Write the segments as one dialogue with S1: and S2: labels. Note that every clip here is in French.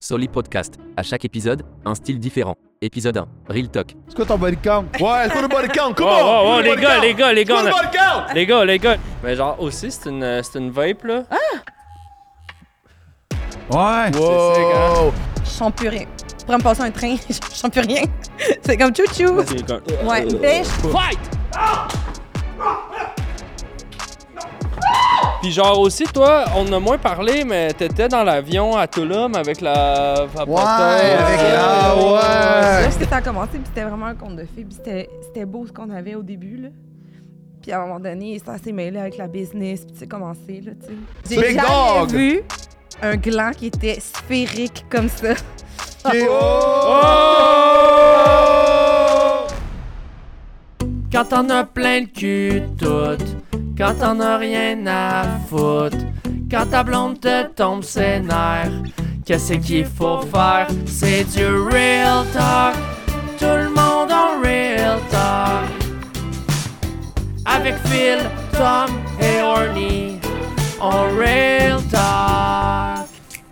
S1: Soli Podcast. À chaque épisode, un style différent. Épisode 1, Real Talk.
S2: C'est quoi ton body count?
S3: Ouais, c'est quoi le body count? Come
S4: Oh,
S3: on!
S4: oh, oh,
S3: C'est quoi
S4: les
S3: le body
S4: gars,
S3: count?
S4: les gars, les
S3: C'est quoi
S4: gars,
S3: le
S4: on a-
S3: body count?
S4: Les gars, les gars. Mais genre aussi, c'est une, euh, c'est une vape là.
S2: Ouais.
S4: C'est sick, hein?
S3: Wow!
S5: Je sens plus rien. Je pourrais me passer un train, je sens plus rien. C'est comme chouchou.
S4: C'est comme-
S5: Ouais, mais je-
S4: Puis genre aussi, toi, on en a moins parlé, mais t'étais dans l'avion à Tulum avec la vapoteuse.
S2: Ouais, avec la- Ah ouais.
S5: euh, Là, c'était à commencer, puis c'était vraiment un conte de fées, puis c'était c'était beau ce qu'on avait au début, là. Puis à un moment donné, ça s'est mêlé avec la business, puis tu sais, commencé, là, tu sais. J'ai
S3: Big
S5: jamais
S3: dog!
S5: vu un gland qui était sphérique comme ça.
S2: oh.
S4: Oh.
S2: Oh.
S4: Quand t'en as plein le cul tout, quand t'en as rien à foutre, quand ta blonde te tombe ses nerfs, qu'est-ce qu'il faut faire? C'est du real talk, tout le monde en real talk. Avec Phil, Tom et Orny, en real talk.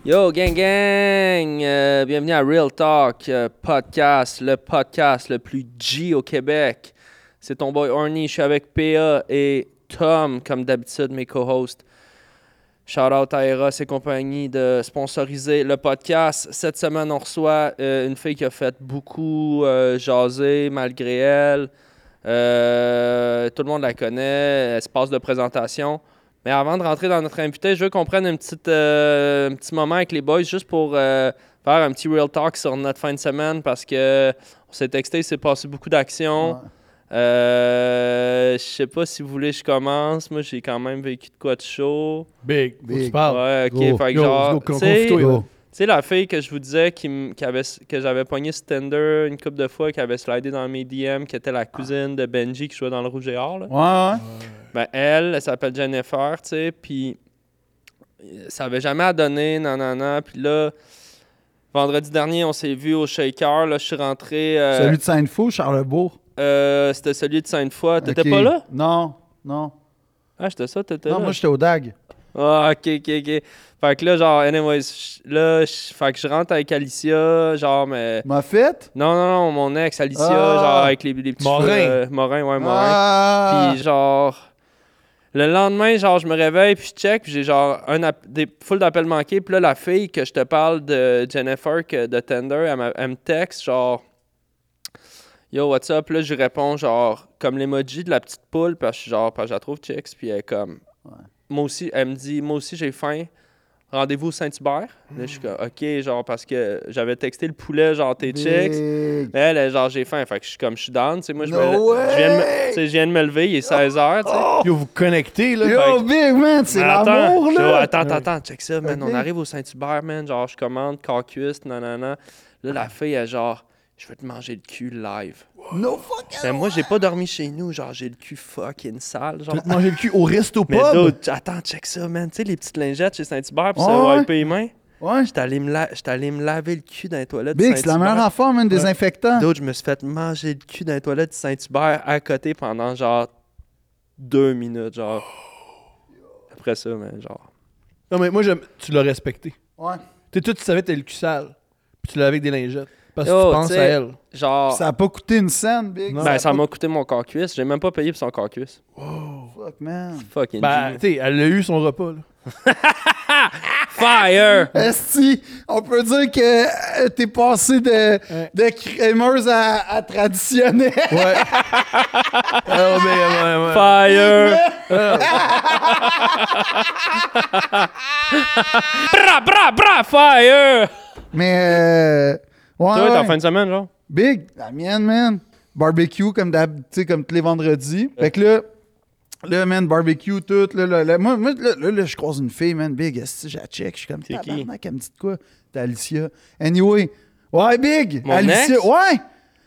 S4: Yo, gang, gang! euh, bienvenue à Real Talk euh, Podcast, le podcast le plus G au Québec. C'est ton boy Orny, je suis avec PA et Tom, comme d'habitude, mes co-hosts. Shout out à Eros et compagnie de sponsoriser le podcast. Cette semaine, on reçoit euh, une fille qui a fait beaucoup euh, jaser malgré elle. Euh, tout le monde la connaît, espace de présentation. Mais avant de rentrer dans notre invité, je veux qu'on prenne une petite, euh, un petit moment avec les boys juste pour euh, faire un petit real talk sur notre fin de semaine parce que on s'est texté, il s'est passé beaucoup d'actions. Euh, je sais pas si vous voulez que je commence. Moi, j'ai quand même vécu de quoi de chaud.
S3: Big,
S2: Big.
S3: tu parles?
S4: Ouais, ok,
S3: Ah, Go.
S4: fait que
S3: Yo,
S4: genre,
S3: go, go,
S4: tu sais-
S3: go, go.
S4: tu sais, la fille que je vous disais qui, m- qui avait, s- que j'avais pogné ce Tinder une couple de fois, qui avait slidé dans mes DM, qui était
S3: Ah.
S4: la cousine de Benji qui jouait dans le Rouge et Or. là.
S2: Ouais, ouais.
S4: Ben, elle, elle s'appelle Jennifer, tu sais, puis euh, ça avait jamais à donner, nanana. Puis là, vendredi dernier, on s'est vu au Shaker. Là, je suis rentré. euh,
S2: Celui de Sainte-Fou, Charlebourg.
S4: euh, C'était celui de Sainte-Foy. T'étais
S2: Ok.
S4: pas là?
S2: Non, non.
S4: Ah, j'étais ça, t'étais là.
S2: Non, moi, j'étais au DAG.
S4: Ah, ok, ok, ok. Fait que là, genre, anyways, je- là, je- fait que je rentre avec Alicia, genre, mais.
S2: M'a fait?
S4: Non, non, non, mon ex, Alicia,
S2: Ah.
S4: genre, avec les, les petits.
S3: Morin.
S4: cheveux, euh, Morin, ouais, Morin.
S2: Ah!
S4: Puis genre. Le lendemain, genre, je me réveille, puis je check, puis j'ai genre un app- des foules d'appels manqués. Puis là, la fille que je te parle de Jennifer que, de Tender, elle, m'a- elle me texte, genre. Yo, what's up? Là, je lui réponds, genre, comme l'emoji de la petite poule, parce que je suis genre, parce que je la trouve chicks, puis elle est comme. Moi aussi, elle me dit, moi aussi, j'ai faim. Rendez-vous au Saint-Hubert. Là, je suis comme, OK, genre, parce que j'avais texté le poulet, genre, tes chicks.
S2: Big.
S4: Mais Elle, elle, genre, j'ai faim. Fait que je suis comme, je suis down. Tu sais, moi, je,
S2: No
S4: me, je, viens de me,
S2: way!
S4: tu sais, je viens de me lever, il est 16h. tu sais.
S3: Yo, vous connectez, là.
S2: Oh! Yo, Big, man, c'est
S4: Mais attends,
S2: l'amour,
S4: je-
S2: là.
S4: Attends, attends, attends, check ça, man.
S2: Ok.
S4: On arrive au Saint-Hubert, man. Genre, je commande, carcuiste, nanana. Là, la fille, elle, genre, je veux te manger le cul live.
S2: No fucking.
S4: Mais moi, j'ai pas dormi chez nous. Genre, j'ai le cul fucking sale. Genre,
S3: Tu veux te manger le cul au resto
S4: mais
S3: pub?
S4: d'autres, attends, check ça, man. Tu sais, les petites lingettes chez Saint-Hubert, pis
S2: Ouais,
S4: ça
S2: ouais.
S4: va wiper les mains.
S2: Ouais.
S4: J'étais allé, me la- j'étais allé me laver le cul dans les toilettes.
S2: Big,
S4: de
S2: c'est la
S4: Saint-Hubert.
S2: meilleure affaire, man, désinfectant.
S4: D'autres, je me suis fait manger le cul dans les toilettes de Saint-Hubert à côté pendant genre deux minutes, genre. Après ça, man, genre.
S3: Non, mais moi, j'aime- tu l'as respecté.
S2: Ouais.
S3: Tu sais, toi, tu savais que t'as le cul sale. Puis tu l'as avec des lingettes. Parce que
S4: Yo,
S3: Oh, tu penses
S4: t'sais,
S3: à elle.
S4: Genre.
S2: Ça a pas coûté une scène, Big.
S4: ben, ça
S2: a
S4: m'a coûté mon corps cuisse. J'ai même pas payé pour son corps cuisse.
S2: pas- Fuck, man.
S4: Fucking
S3: Ben,
S4: G.
S3: tu sais, elle a eu son repas, là.
S4: Fire!
S2: Esti, on peut dire que euh, t'es passé de, de crémeuse à, à traditionnelle.
S3: Ouais. oh, mais, ouais, ouais.
S4: Fire! bra, bra, bra, fire!
S2: Mais, euh, ouais,
S4: Toi, t'es en
S2: ouais.
S4: fin de semaine, genre?
S2: Big, la mienne, man. Barbecue, comme, d'hab- tu sais, comme tous les vendredis. Fait que là, là, man, barbecue, tout. Là, là, là. moi, moi, là, là, là, je croise une fille, man, big. Esti, je la check. Je suis comme,
S4: C'est qui?
S2: tabarnak, elle me dit de quoi? T'es Alicia. Anyway. Ouais, big.
S4: Mon
S2: Alicia,
S4: ex?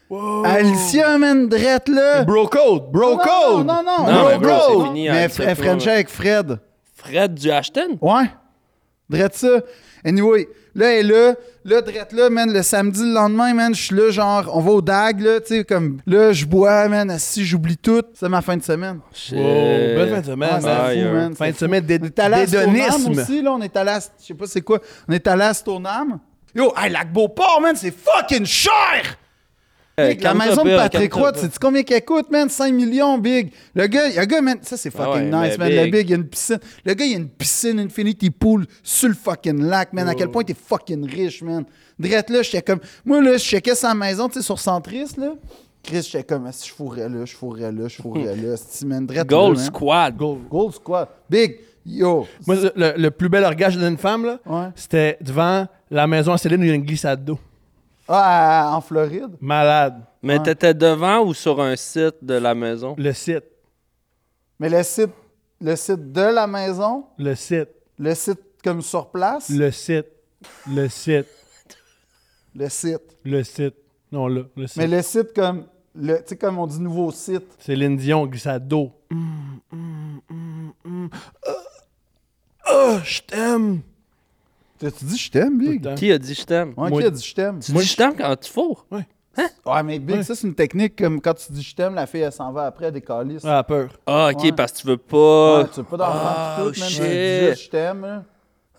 S2: ouais. Alicia, man, drette, là.
S3: Bro code, bro
S2: Non,
S3: code!
S2: Non, non,
S4: Non,
S2: non.
S4: mais bro,
S2: bro,
S4: c'est
S2: bro.
S4: fini, hein,
S2: Mais
S4: Alicia,
S2: elle
S4: toi,
S2: Frenchait
S4: là.
S2: avec Fred.
S4: Fred du Ashton?
S2: Ouais. Drette ça. Anyway, là, elle est là. Là, drette là, man, le samedi, le lendemain, man, je suis là, genre, on va au DAG, là, tu sais, comme, là, je bois, man, si j'oublie tout. C'est ma fin de semaine.
S4: Shit.
S3: Wow, bonne fin de semaine,
S2: Ah, c'est
S4: man.
S2: fou,
S4: Aïe,
S2: man,
S3: Fin
S2: c'est
S3: de
S2: fou.
S3: semaine
S2: On est à l'Astonam
S3: d'hédonisme.
S2: aussi, là, on est à l'ast... Je sais pas c'est quoi. On est à l'Astonam. Yo, hey, lac Beauport, man, c'est fucking cher!
S4: Hey,
S2: Big,
S4: Euh,
S2: la
S4: calme-toi,
S2: maison de
S4: Bill,
S2: Patrick
S4: calme-toi,
S2: Roy, tu
S4: Bill.
S2: sais -tu combien qu'elle coûte, man? 5 millions, Big. Le gars, le gars man, ça c'est
S4: Ah
S2: fucking
S4: ouais,
S2: nice,
S4: le
S2: man. Le
S4: Big.
S2: Big, il y a une piscine. Le gars, il y a une piscine Infinity Pool sur le fucking lac, man. À
S4: Oh.
S2: quel point t'es fucking riche, man. Drette là, j'étais comme. Moi, là, je checkais sa maison, tu sais, sur Centris, là. Chris, j'étais comme, si je fourrais là, je fourrais là, je fourrais là. Asti, man, drette là,
S4: Gold
S2: man.
S4: Squad.
S2: Gold Squad. Big, yo.
S3: Moi, le, le- le plus bel orgasme d'une femme, là,
S2: Ouais.
S3: c'était devant la maison à Céline où il y a une glissade d'eau.
S2: Ah, en Floride.
S3: Malade.
S4: Mais
S2: Ouais.
S4: t'étais devant ou sur un site de la maison?
S3: Le site.
S2: Mais le site, le site de la maison,
S3: Le site.
S2: le site comme sur place, le,
S3: Le site. Le site.
S2: site.
S3: Le site. Non, là. Le site.
S2: Mais le site comme, le- tu sais, comme on dit nouveau site.
S3: Céline Dion, glissade d'eau. Hum, hum, hum, hum. Ah, ah, je t'aime.
S2: Tu dis je t'aime,
S3: Tout le
S2: Big?
S3: temps.
S4: Qui a dit je t'aime?
S2: Ouais,
S3: Moi-
S2: qui a dit je t'aime?
S4: Tu dis je t'aime quand tu fourres?
S2: Ouais, mais Big,
S3: Ouais.
S2: ça, c'est une technique comme quand tu dis je t'aime, la fille, elle s'en va après, elle décalisse.
S3: Ah, peur.
S4: Ah, ok,
S2: Ouais.
S4: parce que tu veux pas.
S2: Ouais, tu veux pas
S3: Ah,
S2: d'enfant
S4: Oh,
S2: pis tout, même.
S4: shit.
S2: Tu dis juste, je t'aime. hein. là.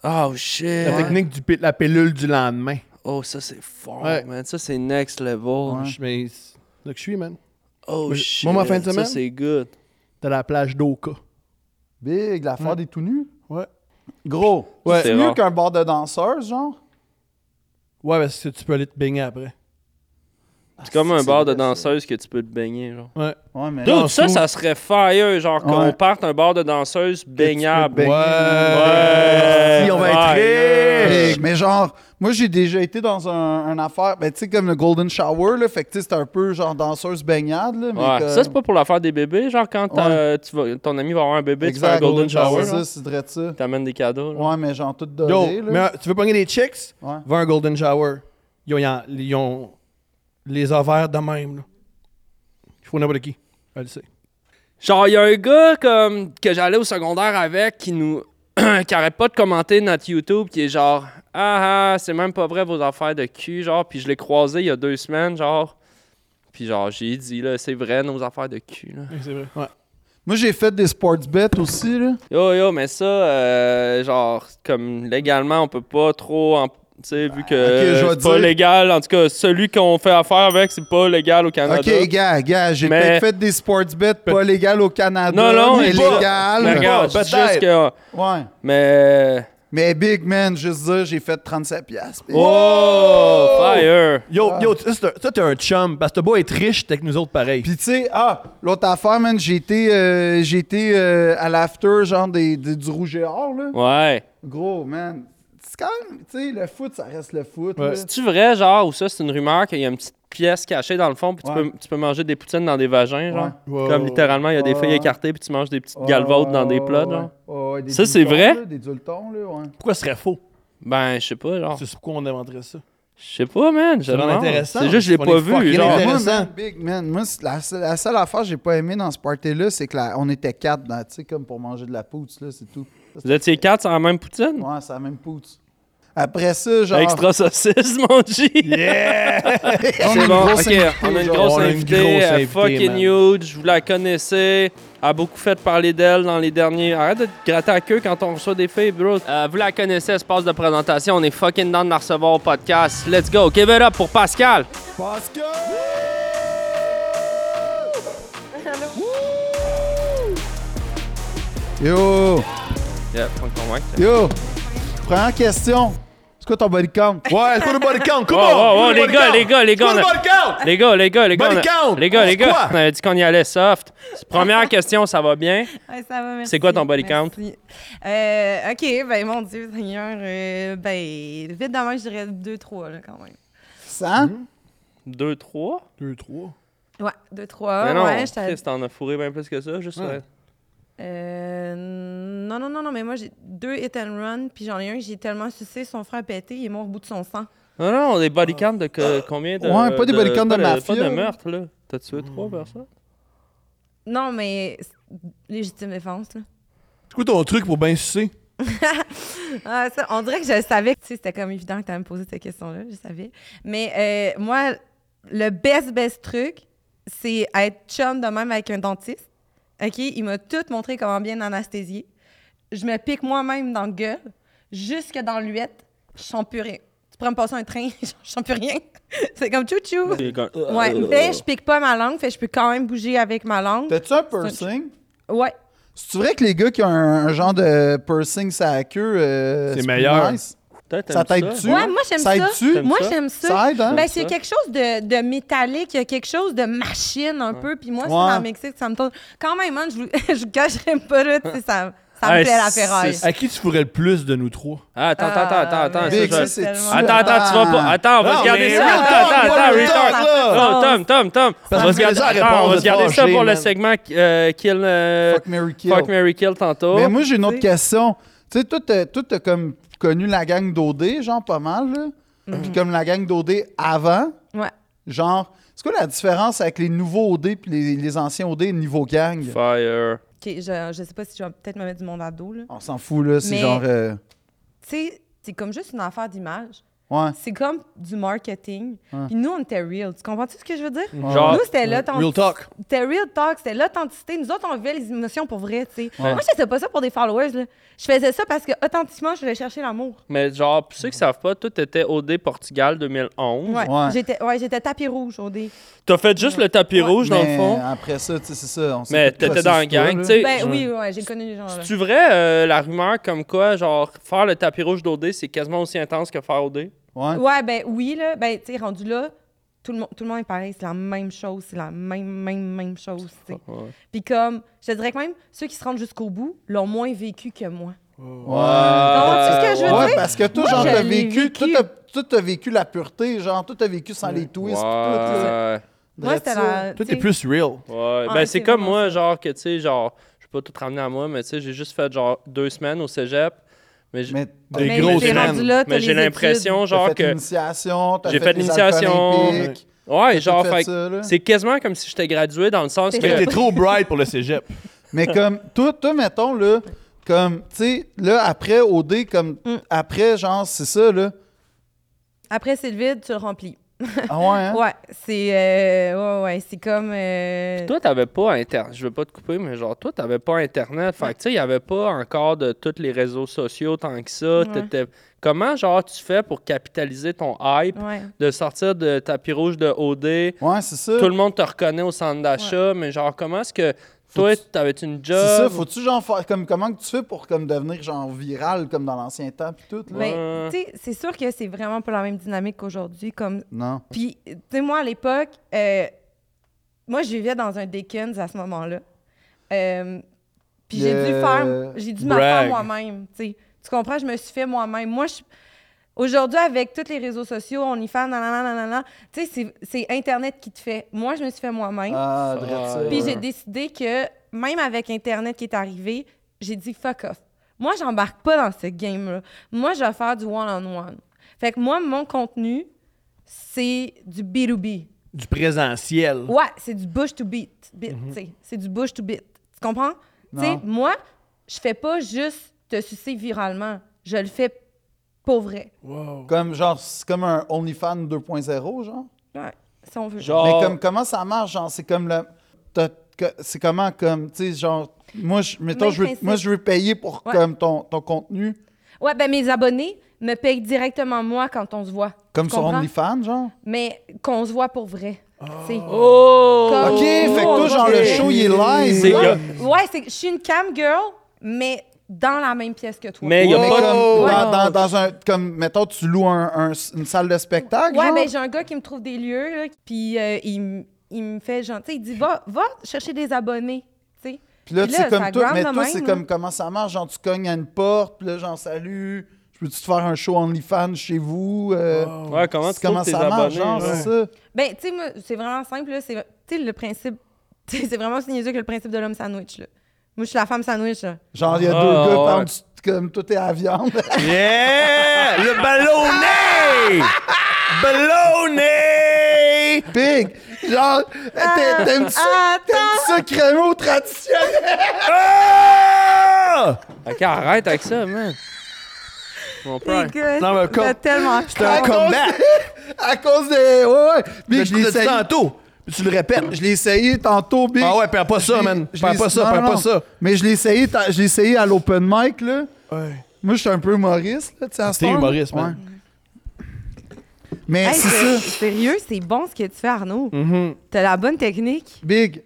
S4: Oh shit!
S3: La technique du pi- la pilule du lendemain.
S4: Oh, ça c'est fort,
S3: Ouais.
S4: man. Ça c'est next level.
S3: Je- Mais c'est là que je suis, man.
S4: Oh
S3: Moi,
S4: shit!
S3: moi, ma fin de
S4: Ça
S3: semaine-
S4: c'est good.
S3: De la plage d'Oka.
S2: Big, l'affaire
S3: Ouais.
S2: des tout nus.
S3: Ouais.
S2: Gros.
S3: Ouais.
S2: C'est
S4: C'est
S2: mieux
S4: rare.
S2: qu'un bar de danseuses, genre.
S3: Ouais, parce que tu peux aller te baigner après.
S4: C'est comme un
S2: c'est
S4: bar
S2: vrai,
S4: de
S2: Ah, ça.
S4: danseuse que tu peux te baigner, genre.
S3: Ouais.
S2: Ouais, mais.
S4: Dude,
S3: on
S4: ça,
S3: se
S4: ça serait fire, genre
S2: Ouais.
S4: qu'on parte un bar de danseuse baignable.
S2: baigner.
S4: Ouais.
S3: Si, on va être
S4: Ouais.
S3: riche.
S2: Big, mais genre, moi j'ai déjà été dans un, un affaire, ben tu sais, comme le Golden Shower, là, fait que tu sais, c'est un peu genre danseuse baignade, là. Mais
S4: Ouais.
S2: que-
S4: Ça, c'est pas pour l'affaire des bébés. Genre, quand t'as-
S2: Ouais.
S4: tu vas- ton ami va avoir un bébé, tu fais un
S2: Exact,
S4: golden shower.
S2: Ça, c'est vrai de ça.
S4: Tu t'amènes des cadeaux. là.
S2: Ouais, mais genre tout
S3: hein. Yo,
S2: doré, là.
S3: mais euh, tu veux pogner des chicks?
S2: Ouais.
S3: Va à un golden shower. Ils ont, ils ont- ils ont les ovaires de même, là. Il faut n'importe qui. Elle le sait.
S4: Genre, il y a un gars comme, que j'allais au secondaire avec qui nous. qui arrête pas de commenter notre YouTube, qui est genre Ah ah, c'est même pas vrai vos affaires de cul, genre. Puis je l'ai croisé il y a deux semaines, genre. Puis genre, j'ai dit, là, c'est vrai nos affaires de cul, là.
S3: C'est vrai. Ouais.
S2: Moi j'ai fait des sports bets aussi, là.
S4: Yo yo, mais ça, euh, genre, comme légalement, on peut pas trop. en- Tu sais, vu que
S2: ok, je vais
S4: c'est pas
S2: dire-
S4: légal. En tout cas, celui qu'on fait affaire avec, c'est pas légal au Canada.
S2: Ok, gars, gars, j'ai
S4: Mais-
S2: peut-être fait des sports bets pas légales au Canada.
S4: Non, non, mais
S2: mais
S4: pas-
S2: légal.
S4: mais regarde,
S3: Peut-être.
S4: c'est juste que.
S2: Ouais.
S4: Mais.
S2: Mais Big Man, juste ça, j'ai fait 37$. piastres. Big.
S4: Oh! Fire! Ah.
S3: Yo, yo, tu- ça, c'est un- ça, t'es un chum. Parce que t'as beau être riche, t'es avec nous autres pareil.
S2: Puis tu sais, ah, l'autre affaire, man, j'ai été, euh, j'ai été euh, à l'after, genre des, des- du rouge et or, là.
S4: Ouais.
S2: Gros, man. C'est quand même, tu sais, le foot, ça reste le foot.
S3: Ouais.
S2: là.
S4: C'est-tu vrai, genre, ou ça, c'est une rumeur qu'il y a une petite pièce cachée dans le fond, puis tu,
S2: Ouais.
S4: peux, tu peux manger des poutines dans des vagins, genre?
S3: Ouais.
S4: Comme littéralement, il y a des
S2: Ouais.
S4: feuilles écartées, puis tu manges des petites
S2: Ouais,
S4: galvautes dans des
S2: ouais,
S4: plats,
S2: ouais,
S4: genre?
S2: ouais, ouais, des
S4: Ça, c'est
S2: dultons,
S4: vrai?
S2: là, des dultons, là, ouais.
S3: Pourquoi ce serait faux?
S4: Ben, je sais pas, genre.
S3: C'est pourquoi on inventerait ça.
S4: Je sais pas, man. je
S3: vraiment
S4: demande.
S3: intéressant.
S4: C'est juste, je l'ai
S3: On
S4: pas
S3: est
S4: vu,
S3: fucking
S4: genre.
S3: intéressant.
S2: Ah, Moi, man, Big Man, moi, c'est la, seule- la seule affaire que j'ai pas aimé dans ce party-là, c'est que la- on était quatre, dans- tu sais, comme pour manger de la poutre, là, c'est tout.
S4: Vous étiez quatre sur la même poutine?
S2: Ouais, c'est la même poutre. Après ça, genre.
S4: Extra saucisse, mon G!
S2: on a
S4: C'est
S2: une
S4: bon,
S2: grosse
S4: ok,
S2: invitée,
S4: on a une
S2: genre.
S4: grosse
S3: On a une
S4: invitée,
S3: grosse
S4: euh,
S3: invitée,
S4: fucking
S3: man.
S4: huge, vous la connaissez, a beaucoup fait parler d'elle dans les derniers... Arrête de te gratter la queue quand on reçoit des filles, bro. Euh, vous la connaissez, espace de présentation, on est fucking dans de la recevoir au podcast. Let's go, give it up pour Pascal!
S2: Yo!
S4: Yeah, faut me convaincre.
S2: Yo! Première question. C'est quoi ton body count?
S3: Ouais, c'est quoi le body count? Come
S4: Wow,
S3: on!
S4: wow, wow,
S3: C'est quoi le
S4: les
S3: body
S4: gars,
S3: count?
S4: les gars, les
S3: C'est
S4: gars,
S3: quoi le
S4: on a-
S3: body count?
S4: Les gars, les gars, les gars,
S3: Body
S4: on
S3: count!
S4: a- les gars, les
S3: On se
S4: gars,
S3: croit.
S4: on a dit qu'on y allait soft. Première question, ça va bien?
S5: Ouais, ça va, merci.
S4: C'est quoi ton body count?
S5: Merci. Euh, OK, ben mon Dieu, Seigneur. euh, ben, vite demain, je dirais 2-3, là, quand même.
S2: 100?
S4: Hmm? Deux, trois?
S3: Deux, trois.
S5: Ouais, 2-3.
S4: Mais non,
S5: Ah ouais, j'étais à-
S4: Chris, t'en as fourré bien plus que ça, juste...
S3: Ouais.
S4: euh,
S5: Euh, non, non, non, non, mais moi, j'ai deux hit and run, puis j'en ai un que j'ai tellement sucé, son frère a pété, il est mort au bout de son sang.
S4: Non, non, des body cams de que- combien de.
S2: Ah. Ouais, pas des body cams de
S4: pas
S2: mafia,
S4: Pas de
S2: là. Hmm.
S4: meurtre, là. T'as tué trois personnes?
S5: Non, mais c'est légitime défense, là.
S3: C'est quoi ton truc pour bien sucer?
S5: Ah, ça, on dirait que je savais que tu sais, c'était comme évident que tu allais me poser cette question-là, je savais. Mais euh, moi, le best, best truc, c'est être chum de même avec un dentiste. OK? Il m'a tout montré comment bien anesthésier. Je me pique moi-même dans la gueule, jusque dans l'huette, je sens plus rien. Tu pourrais me passer un train, je sens plus rien. c'est comme chou-chou.
S4: C'est comme-
S5: Ouais, mais je pique pas ma langue, fait que je peux quand même bouger avec ma langue.
S2: T'as-tu un piercing?
S5: Ouais.
S2: C'est vrai que les gars qui ont un, un genre de piercing sur la queue, euh,
S3: C'est
S2: plus
S3: meilleur.
S2: nice?
S4: Toi, t'aimes
S2: Ça t'aide-tu?
S5: Ouais, moi, j'aime ça.
S2: aide-tu?
S4: T'aimes
S5: Moi,
S4: ça?
S5: j'aime ça.
S2: Ça aide, hein?
S5: Ben,
S4: ça.
S5: c'est quelque chose de, de métallique, il y a quelque chose de machine un peu, puis moi, c'est
S2: Ouais.
S5: dans le Mexique, ça me tourne. Quand même, hein, je vous, je vous cacherai pas, là, tu sais, ça, ça me
S4: Hey,
S5: plaît la
S4: c'est-
S5: ferraille.
S3: À qui tu pourrais le plus de nous trois?
S4: Ah, Attends, attends, attends, attends, attends.
S5: mais
S2: Big,
S4: ça,
S2: ça,
S4: je-
S2: c'est
S5: tellement-
S4: Attends, attends, tu vas pas. Attends, on va
S3: Non,
S4: regarder
S3: mais
S4: ça.
S3: real
S4: Attends,
S3: talk,
S4: attends,
S3: pas
S4: attends,
S3: real
S4: real
S3: talk,
S4: talk.
S3: là.
S4: Non, Tom, Tom, Tom. On va
S3: me
S4: se garder,
S3: faisait
S4: attends, on
S3: la
S4: va
S3: réponse
S4: se garder
S3: de
S4: ça pour
S3: fâché,
S4: le
S3: man.
S4: segment euh, Kill. euh,
S2: Fuck, Mary Kill.
S4: Fuck Mary Kill tantôt.
S2: Mais moi, j'ai une autre
S5: Tu sais.
S2: question. Tu sais, toi, t'as- toi, t'as comme connu la gang d'OD, genre pas mal, là.
S4: Mhm.
S2: Puis comme la gang d'OD avant,
S5: Ouais.
S2: genre, c'est quoi la différence avec les nouveaux OD puis les, les anciens OD niveau gang?
S4: Fire.
S5: OK, je, je sais pas si je vais peut-être me mettre du monde à dos, là.
S2: On s'en fout, là. C'est
S5: Mais-
S2: genre. euh,
S5: Tu sais, c'est comme juste une affaire d'image.
S2: Ouais.
S5: C'est comme du marketing.
S2: Ouais.
S5: Puis nous, on était real. Tu comprends-tu ce que je veux dire?
S4: Genre-
S5: nous, c'était
S3: Real
S5: l'authenticité.
S3: talk.
S5: C'était real talk, c'était l'authenticité. Nous autres, on vivait les émotions pour vrai, tu sais.
S2: Ouais.
S5: Moi, je faisais pas ça pour des followers, là. Je faisais ça parce que, authentiquement, je voulais chercher l'amour.
S4: Mais genre, pour ceux qui savent pas, tout était OD Portugal 2011.
S5: Ouais.
S2: Ouais.
S5: J'étais ouais, j'étais tapis rouge au dé.
S4: T'as fait juste le tapis rouge, dans le
S2: Mais
S4: fond.
S2: Après ça, tu sais, c'est ça. on s'est
S4: Mais
S2: fait
S4: t'étais dans la
S2: processus,
S4: gang,
S2: là.
S4: tu sais.
S5: Ben oui, ouais, j'ai connu les gens là.
S4: C'est-tu vrai, euh, la rumeur comme quoi, genre, faire le tapis rouge d'OD, c'est quasiment aussi intense que faire OD?
S2: Ouais.
S5: Ouais, ben oui, là. Ben, tu sais, rendu là, tout le, monde, tout le monde est pareil. C'est la même chose. C'est la même, même, même chose, tu sais.
S4: Ouais.
S5: Puis comme, je te dirais que même, ceux qui se rendent jusqu'au bout l'ont moins vécu que moi.
S2: Ouais.
S4: Ah,
S5: Comprends-tu ce que je veux
S2: Ouais,
S5: dire?
S2: parce que toi,
S5: Moi,
S2: genre,
S5: je
S2: t'as
S5: l'ai
S2: vécu.
S5: vécu.
S2: Toi, t'as- toi, t'as vécu la pureté, genre, toi, t'as vécu sans les twists. pis tout, là.
S4: Ouais.
S5: Moi, c'était la.
S3: Toi,
S5: tu sais,
S3: t'es plus real.
S4: Ouais,
S5: Ah,
S4: ben
S5: ouais,
S4: c'est
S5: c'est
S4: comme
S5: vraiment
S4: moi, genre que tu sais, genre, je vais pas tout ramener à moi, mais tu sais, j'ai juste fait genre deux semaines au cégep, mais j'-
S2: Mais
S3: Des
S5: mais
S3: grosses
S5: t'es rendu
S3: graines.
S5: là, t'as
S4: mais
S5: les
S4: j'ai
S5: études.
S4: l'impression
S2: T'as
S4: genre
S2: fait
S4: que.
S2: l'initiation, t'as
S4: J'ai
S2: fait,
S4: fait l'initiation. Ouais, genre, fait que
S2: fait...
S4: c'est quasiment comme si j'étais gradué dans le sens
S5: C'est
S4: que.
S5: ça.
S3: T'es trop bright pour le cégep.
S2: Mais comme, toi, toi, mettons, là, comme, tu sais, là, après OD, comme,
S5: Mm.
S2: après, genre, c'est ça, là.
S5: Après, c'est le vide, tu le remplis.
S2: Ah ouais, hein?
S5: Ouais, c'est. euh, ouais, ouais, c'est comme. euh,
S4: Toi, t'avais pas Internet. Je veux pas te couper, mais genre, toi, t'avais pas Internet. Fait que, tu sais, il y avait pas encore de tous les réseaux sociaux tant que ça. T'étais- Comment, genre, tu fais pour capitaliser ton hype
S5: Ouais.
S4: de sortir de tapis rouge de OD?
S2: Ouais, c'est ça.
S5: Euh.
S4: Tout le monde te reconnaît au centre d'achat, mais genre, comment est-ce que toi, t'avais-tu une job?
S2: C'est ça, faut-tu, genre, faire, comme, comment que tu fais pour, comme, devenir, genre, viral, comme dans l'ancien temps, pis tout, là?
S5: Ben,
S4: Ouais.
S5: tu sais, c'est sûr que c'est vraiment pas la même dynamique qu'aujourd'hui. Comme
S2: Non.
S5: Puis, tu sais, moi, à l'époque, euh, moi, je vivais dans un Dickens à ce moment-là. Euh, puis j'ai dû
S2: Euh,
S5: faire, j'ai dû me faire
S3: brag.
S5: moi-même, tu sais. Tu comprends? Je me suis fait moi-même. Moi, je... Aujourd'hui, avec tous les réseaux sociaux, on y fait nanana, nanana. Tu sais, c'est- c'est Internet qui te fait. Moi, je me suis fait moi-même.
S2: Ah, drette ça.
S5: Puis
S2: ouais.
S5: j'ai décidé que même avec Internet qui est arrivé, j'ai dit fuck off. Moi, j'embarque pas dans ce game-là. Moi, je vais faire du one-on-one. Fait que moi, mon contenu, c'est du B2B.
S3: Du présentiel.
S5: Ouais, c'est du bush to beat. beat tu sais. C'est du bush to beat. Tu comprends? Tu sais,
S2: Mhm. Non.
S5: moi, je fais pas juste te sucer viralement. Je le fais pour vrai.
S2: Comme, genre, c'est comme un OnlyFans 2.0, genre?
S5: Ouais, si on veut.
S4: Genre,
S2: Mais comme, comment ça marche, genre, c'est comme le... t'as- que- C'est comment, comme, tu sais, genre... Moi, je, mettons,
S5: Même
S2: je veux,
S5: principe.
S2: moi, je veux payer pour
S5: Ouais.
S2: comme ton, ton contenu,
S5: Ouais, ben mes abonnés me payent directement moi quand on se voit.
S2: comme
S5: Tu
S2: sur Ah.
S5: comprends?
S2: OnlyFans, genre.
S5: Mais qu'on se voit pour vrai. tu sais.
S4: oh!
S5: Comme-
S2: OK, fait que
S5: on
S2: toi,
S5: va
S2: genre, le
S5: faire-
S2: show, il est live.
S4: C'est
S2: là.
S4: que-
S5: Ouais, c'est je suis une cam girl, mais dans la même pièce que toi.
S4: Mais il y a
S2: Mais
S4: pas
S2: comme,
S4: de.
S2: dans, dans- dans un, comme, mettons, tu loues un- un- une salle de spectacle,
S5: ouais,
S2: genre?
S5: ben j'ai un gars qui me trouve des lieux, là, puis euh, il, m- il me fait genre, tu sais, il dit va, va chercher des abonnés, tu sais.
S2: Puis là,
S5: Puis
S2: c'est
S5: là,
S2: comme
S5: ça
S2: toi,
S5: ground
S2: mais
S5: de
S2: toi,
S5: même,
S2: c'est
S5: là.
S2: comme comment ça marche, genre, tu cognes à une porte, puis là, genre, salut, je peux-tu te faire un show OnlyFans chez vous? Euh,
S4: Ouais, comment tu
S2: c'est comment
S4: trouves tes
S2: ça marche,
S4: abonnés?
S2: genre,
S4: là?
S2: c'est ça?
S5: Ben, tu sais, moi, c'est vraiment simple, là, c'est, tu sais, le principe, tu sais, c'est vraiment aussi niaiseux que le principe de l'homme sandwich, là. Moi, je suis la femme sandwich, là.
S2: Genre, il y a
S4: Ah,
S2: deux gars,
S4: ouais.
S2: par du- comme tout est à la viande.
S3: Yeah! Le ballonnet! Ballonnet!
S2: Big! Genre, t'aimes- t'aimes-tu t'aimes-tu ça crémeau traditionnel?
S3: Ah!
S4: Ok, arrête avec ça, man. Mon père.
S5: gars,
S3: Non, mais comme-
S5: t'as tellement
S3: C'est un combat!
S2: À cause des. Ouais, ouais.
S3: Je
S2: Big, je l'ai
S3: dit
S2: essayé.
S3: tantôt. puis Tu le répètes.
S2: Je l'ai essayé tantôt, Big.
S3: Ah ouais, perds pas ça, man.
S2: Je
S3: Perds
S2: l'ai-
S3: pas ça,
S2: non,
S3: perds
S2: non,
S3: pas
S2: non.
S3: ça.
S2: Mais je l'ai essayé, ta- je l'ai essayé à l'open mic, là.
S3: Ouais.
S2: Moi, je suis un peu humoriste, là, tu sais, à cette
S3: T'es
S2: heure,
S3: humoriste,
S2: là.
S3: man.
S2: Ouais. Mais
S5: Hey,
S2: c'est
S5: c'est-
S2: ça.
S5: Sérieux, c'est bon ce que tu fais, Arnaud.
S3: Mm.
S4: Mhm.
S5: T'as la bonne technique.
S2: Big.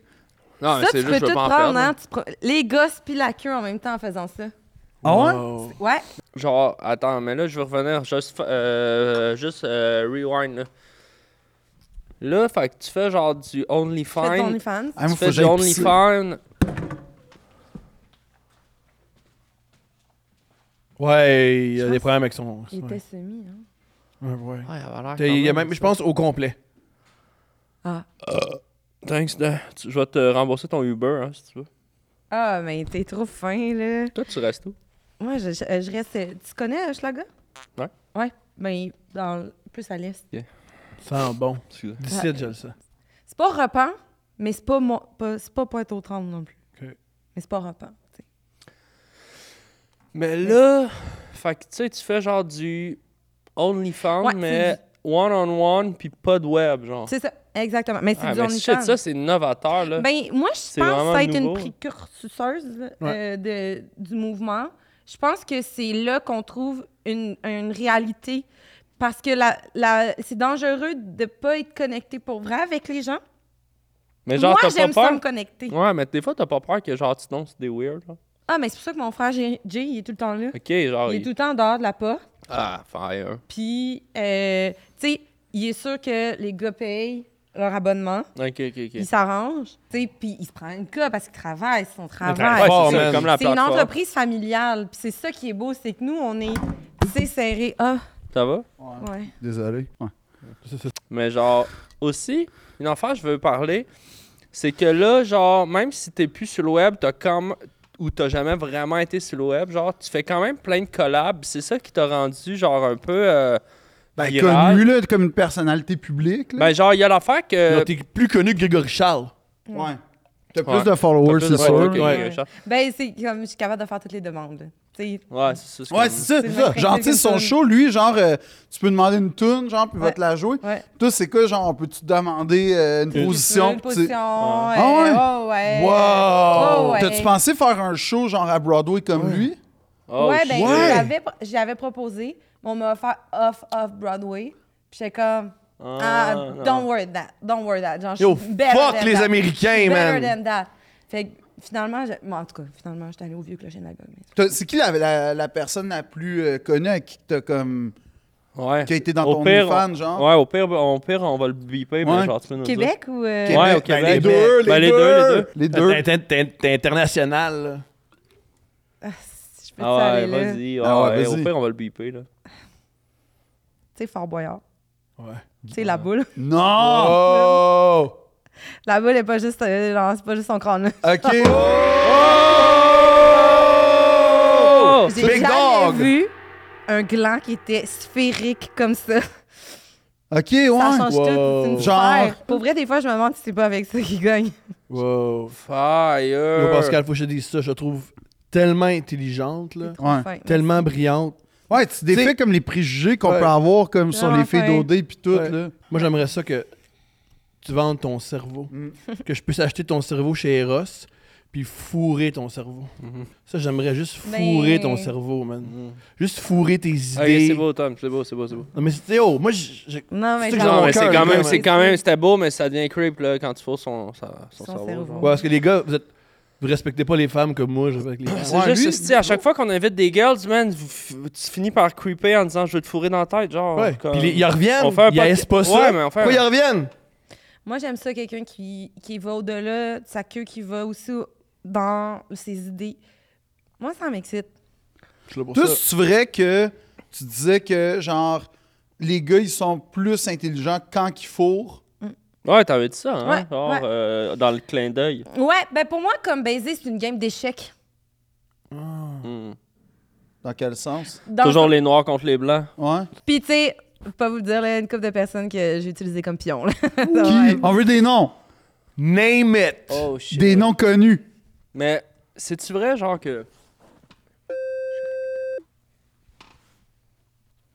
S4: Non, Ah, mais
S5: ça,
S4: c'est
S5: tu
S4: juste,
S5: peux
S4: je
S5: tout
S4: veux pas en
S5: prendre,
S4: perdre.
S5: hein? Tu prends- Les gosses puis la queue en même temps en faisant ça.
S2: Ah ouais?
S5: Ouais.
S4: Genre, attends, mais là, je vais revenir. Juste, fa- euh, juste euh, rewind, là. Là, fait que tu fais genre du only
S5: Fais de ton
S4: fine.
S5: OnlyFans.
S2: Ah,
S4: Tu
S2: moi, faut
S4: fais
S2: que
S4: du
S2: j'aille
S4: only
S2: pisser.
S4: fine.
S3: Ouais, il y a
S5: Je
S3: des
S5: pense-
S3: problèmes avec son.
S5: Il
S3: ouais.
S5: était semi, hein?
S3: Ouais, ouais.
S4: Ouais, il avait l'air
S3: T'as- il y a
S4: quand même,
S3: même, je
S4: ça.
S3: pense, au complet.
S4: Ah. Thanks, de... tu- je vais te rembourser ton Uber, hein, si tu veux.
S5: Ah, mais t'es trop fin, là.
S4: Toi, tu restes où?
S5: Moi, je, je- je reste. Tu connais Hochelaga?
S4: Ouais.
S5: Ouais. Ben, dans, plus à l'est.
S3: Sent bon.
S4: Excusez.
S3: D'ici,
S5: Ouais.
S3: je le sais.
S5: C'est pas Repent, mais c'est pas, mo- pas, c'est pas pointe aux trembles non plus.
S3: Ok.
S5: Mais c'est pas Repent. tu sais.
S4: Mais là, fait que tu sais, tu fais genre du only fine,
S5: Ouais,
S4: mais
S5: c'est
S4: one-on-one, puis pas de web, genre.
S5: C'est ça, exactement. Mais c'est
S4: Ah,
S5: du
S4: mais
S5: OnlyFans.
S4: shit, ça, c'est novateur, là.
S5: Ben, moi, je pense que
S4: vraiment
S5: ça a été une
S4: nouveau.
S5: précurseuse là, euh, de- du mouvement. Je pense que c'est là qu'on trouve une, une réalité. Parce que la, la- c'est dangereux de pas être connecté pour vrai avec les gens.
S4: mais genre,
S5: moi,
S4: t'as
S5: j'aime
S4: pas
S5: ça
S4: peur.
S5: me connecter.
S4: Ouais, mais des fois, t'as pas peur que genre, tu tombes sur des weird, là.
S5: Ah, mais c'est pour ça que mon frère Jay, Jay, il est tout le temps là.
S4: Ok, genre.
S5: Il est
S4: il-
S5: tout le temps en dehors de la porte.
S4: Ah, fire.
S5: Puis, euh, tu sais, il est sûr que les gars payent leur abonnement.
S4: Ok, ok, ok.
S5: Ils s'arrangent. Tu sais, puis il se prend une cas parce qu'il travaille, c'est son
S3: travaille
S5: travail.
S4: Ouais,
S3: fort,
S4: c'est ça,
S3: man.
S4: comme la
S5: C'est une
S4: plateforme.
S5: entreprise familiale. Puis c'est ça qui est beau, c'est que nous, on est, tu sais, serré. Ah,
S4: Ça va?
S5: ouais.
S2: Désolé. Ouais.
S4: Mais genre, aussi, une affaire que je veux parler, c'est que là, genre, même si t'es plus sur le web, t'as comme ou t'as jamais vraiment été sur le web, genre, tu fais quand même plein de collabs. C'est ça qui t'a rendu, genre, un peu. euh,
S2: Ben,
S4: viral.
S2: connu, là, comme une personnalité
S5: Mm.
S2: publique. Là.
S4: Ben, genre, il y a l'affaire que.
S3: Là, T'es plus connu que Grégory Charles.
S2: ouais. T'as
S4: Ouais.
S2: plus de followers,
S4: T'as plus de
S2: c'est
S4: followers
S2: sûr.
S4: que-
S3: Ouais.
S4: que- genre-
S5: Ben, c'est comme je suis capable de faire toutes les demandes. Tu sais,
S4: Ouais, c'est ça.
S2: Ouais,
S4: comme-
S2: c'est
S5: C'est
S2: ça.
S5: vrai.
S2: Genre, tu sais, son show, lui, genre, euh, tu peux demander une tune, genre, puis il va
S5: Ouais.
S2: te la jouer.
S5: ouais.
S2: Toi, c'est quoi, genre, on peut-tu demander euh, une
S3: Une
S2: position?
S5: Une
S2: puis tu-
S5: position.
S2: Ah ouais?
S5: euh, oh, ouais.
S3: Wow!
S5: Oh, ouais.
S2: T'as-tu pensé faire un show, genre, à Broadway comme lui?
S4: Oh,
S5: ouais,
S4: shit.
S5: ben,
S2: Ouais.
S5: j'avais pro- j'y avais proposé, mais on m'a offert off, off Broadway. Puis j'étais comme, ah,
S4: non.
S5: don't worry that, don't worry that. Genre, je
S3: Yo,
S5: suis better
S3: fuck
S5: than
S3: les
S5: that.
S3: Américains,
S5: better
S3: man.
S5: than that. Fait que finalement, je... bon, en tout cas, finalement, j'étais allée au vieux clocher de la gomme.
S2: T'as- C'est qui la, la- la personne la plus euh, connue à qui t'as comme.
S4: Ouais.
S2: qui a été dans
S4: Au
S2: ton
S4: pire,
S2: OnlyFans,
S4: on-
S2: genre?
S4: Ouais, au pire, on, au pire, on va le biper,
S2: Ouais.
S4: mais genre, tu peux nous dire.
S5: Québec ou. euh,
S4: Québec. Ouais, au
S2: Ben,
S4: Québec.
S2: les deux, les,
S4: Ben, les
S2: deux,
S4: deux,
S2: les deux.
S3: T'es- t'es- T'es t'es international, là.
S5: ah, si je peux te
S4: Ah ouais,
S5: aller là. Tu
S4: vas-y.
S2: Ah
S4: ah
S2: ouais,
S4: ouais,
S2: vas-y.
S4: Au pire, on va le biper, là.
S5: sais, Fort Boyard.
S3: Ouais.
S5: Tu sais, la boule.
S2: Non!
S3: Oh!
S5: La boule n'est pas juste. euh, genre, c'est pas juste son crâne. là.
S2: OK.
S4: Oh!
S5: J'ai
S2: Big
S5: jamais
S2: dog!
S5: vu un gland qui était sphérique comme ça.
S2: OK, ouais.
S5: Ça change
S3: Wow.
S5: tout. C'est une
S2: Genre-
S5: affaire. Pour vrai, des fois, je me demande si c'est pas avec ça qu'il gagne.
S3: Wow. Yo,
S4: Fire!
S3: Pascal, faut que je te dise ça. Je la trouve tellement intelligente, là.
S2: Ouais.
S5: Enfin,
S3: Tellement brillante.
S2: Ouais, tu défais
S3: T'sais-
S2: comme les préjugés qu'on
S3: Ouais.
S2: peut avoir comme sur
S5: Vraiment
S2: les filles
S5: fin.
S2: d'OD puis tout,
S3: Ouais.
S2: là.
S3: Moi, j'aimerais ça que tu vendes ton cerveau.
S2: Mm.
S3: que je puisse acheter ton cerveau chez Eros, puis fourrer ton cerveau. Ça, j'aimerais juste fourrer
S5: Mais-
S3: ton cerveau, man.
S4: Mm.
S3: Juste fourrer tes
S4: Ok,
S3: idées.
S4: c'est beau, Tom, c'est beau, c'est beau, c'est beau.
S3: Non, mais c'est, oh, moi, j'- j'ai-
S5: Non, mais
S3: C'est
S5: genre-
S3: genre-
S4: Non, mais
S3: cœur,
S4: c'est quand
S3: le
S4: même,
S3: cœur,
S4: c'est
S5: ouais.
S4: quand même, c'était beau, mais ça devient creep là, quand tu fous son, sa- son,
S5: Son
S4: cerveau.
S5: cerveau.
S4: genre.
S3: Ouais, parce que les gars, vous êtes. Vous respectez pas les femmes comme moi, je respecte les femmes.
S4: C'est
S2: Ouais,
S4: juste,
S2: lui-
S4: hostie, à chaque fois qu'on invite des girls, man, vous- vous- tu finis par creeper en disant je veux te fourrer dans la tête, genre.
S3: Ouais.
S4: Oh, comme-
S3: Puis les- ils en reviennent.
S4: On fait un
S3: ils
S4: podcast-
S3: haïssent pas ça.
S4: Ouais, mais on fait un-
S3: Pourquoi ils reviennent?
S5: Moi, j'aime ça, quelqu'un qui, qui va au-delà de sa queue, qui va aussi au- dans ses idées. Moi, ça m'excite.
S3: Je suis là pour
S2: Toi,
S3: ça.
S2: c'est vrai que tu disais que, genre, les gars, ils sont plus intelligents quand qu'ils fourrent.
S4: Ouais, t'avais dit ça, hein?
S5: Ouais,
S4: genre,
S5: ouais.
S4: euh, dans le clin d'œil.
S2: Ah.
S5: Ouais, ben pour moi, comme baiser, c'est une game d'échecs.
S4: Mm.
S2: Dans quel sens?
S5: Dans-
S4: Toujours les noirs contre les blancs.
S2: Ouais.
S5: Puis, tu sais, faut pas vous le dire, là, une couple de personnes que j'ai utilisées comme pion. là.
S2: Qui? Oh. On veut des noms.
S3: Name it!
S4: Oh shit.
S2: Des noms connus.
S4: Mais c'est-tu vrai, genre, que.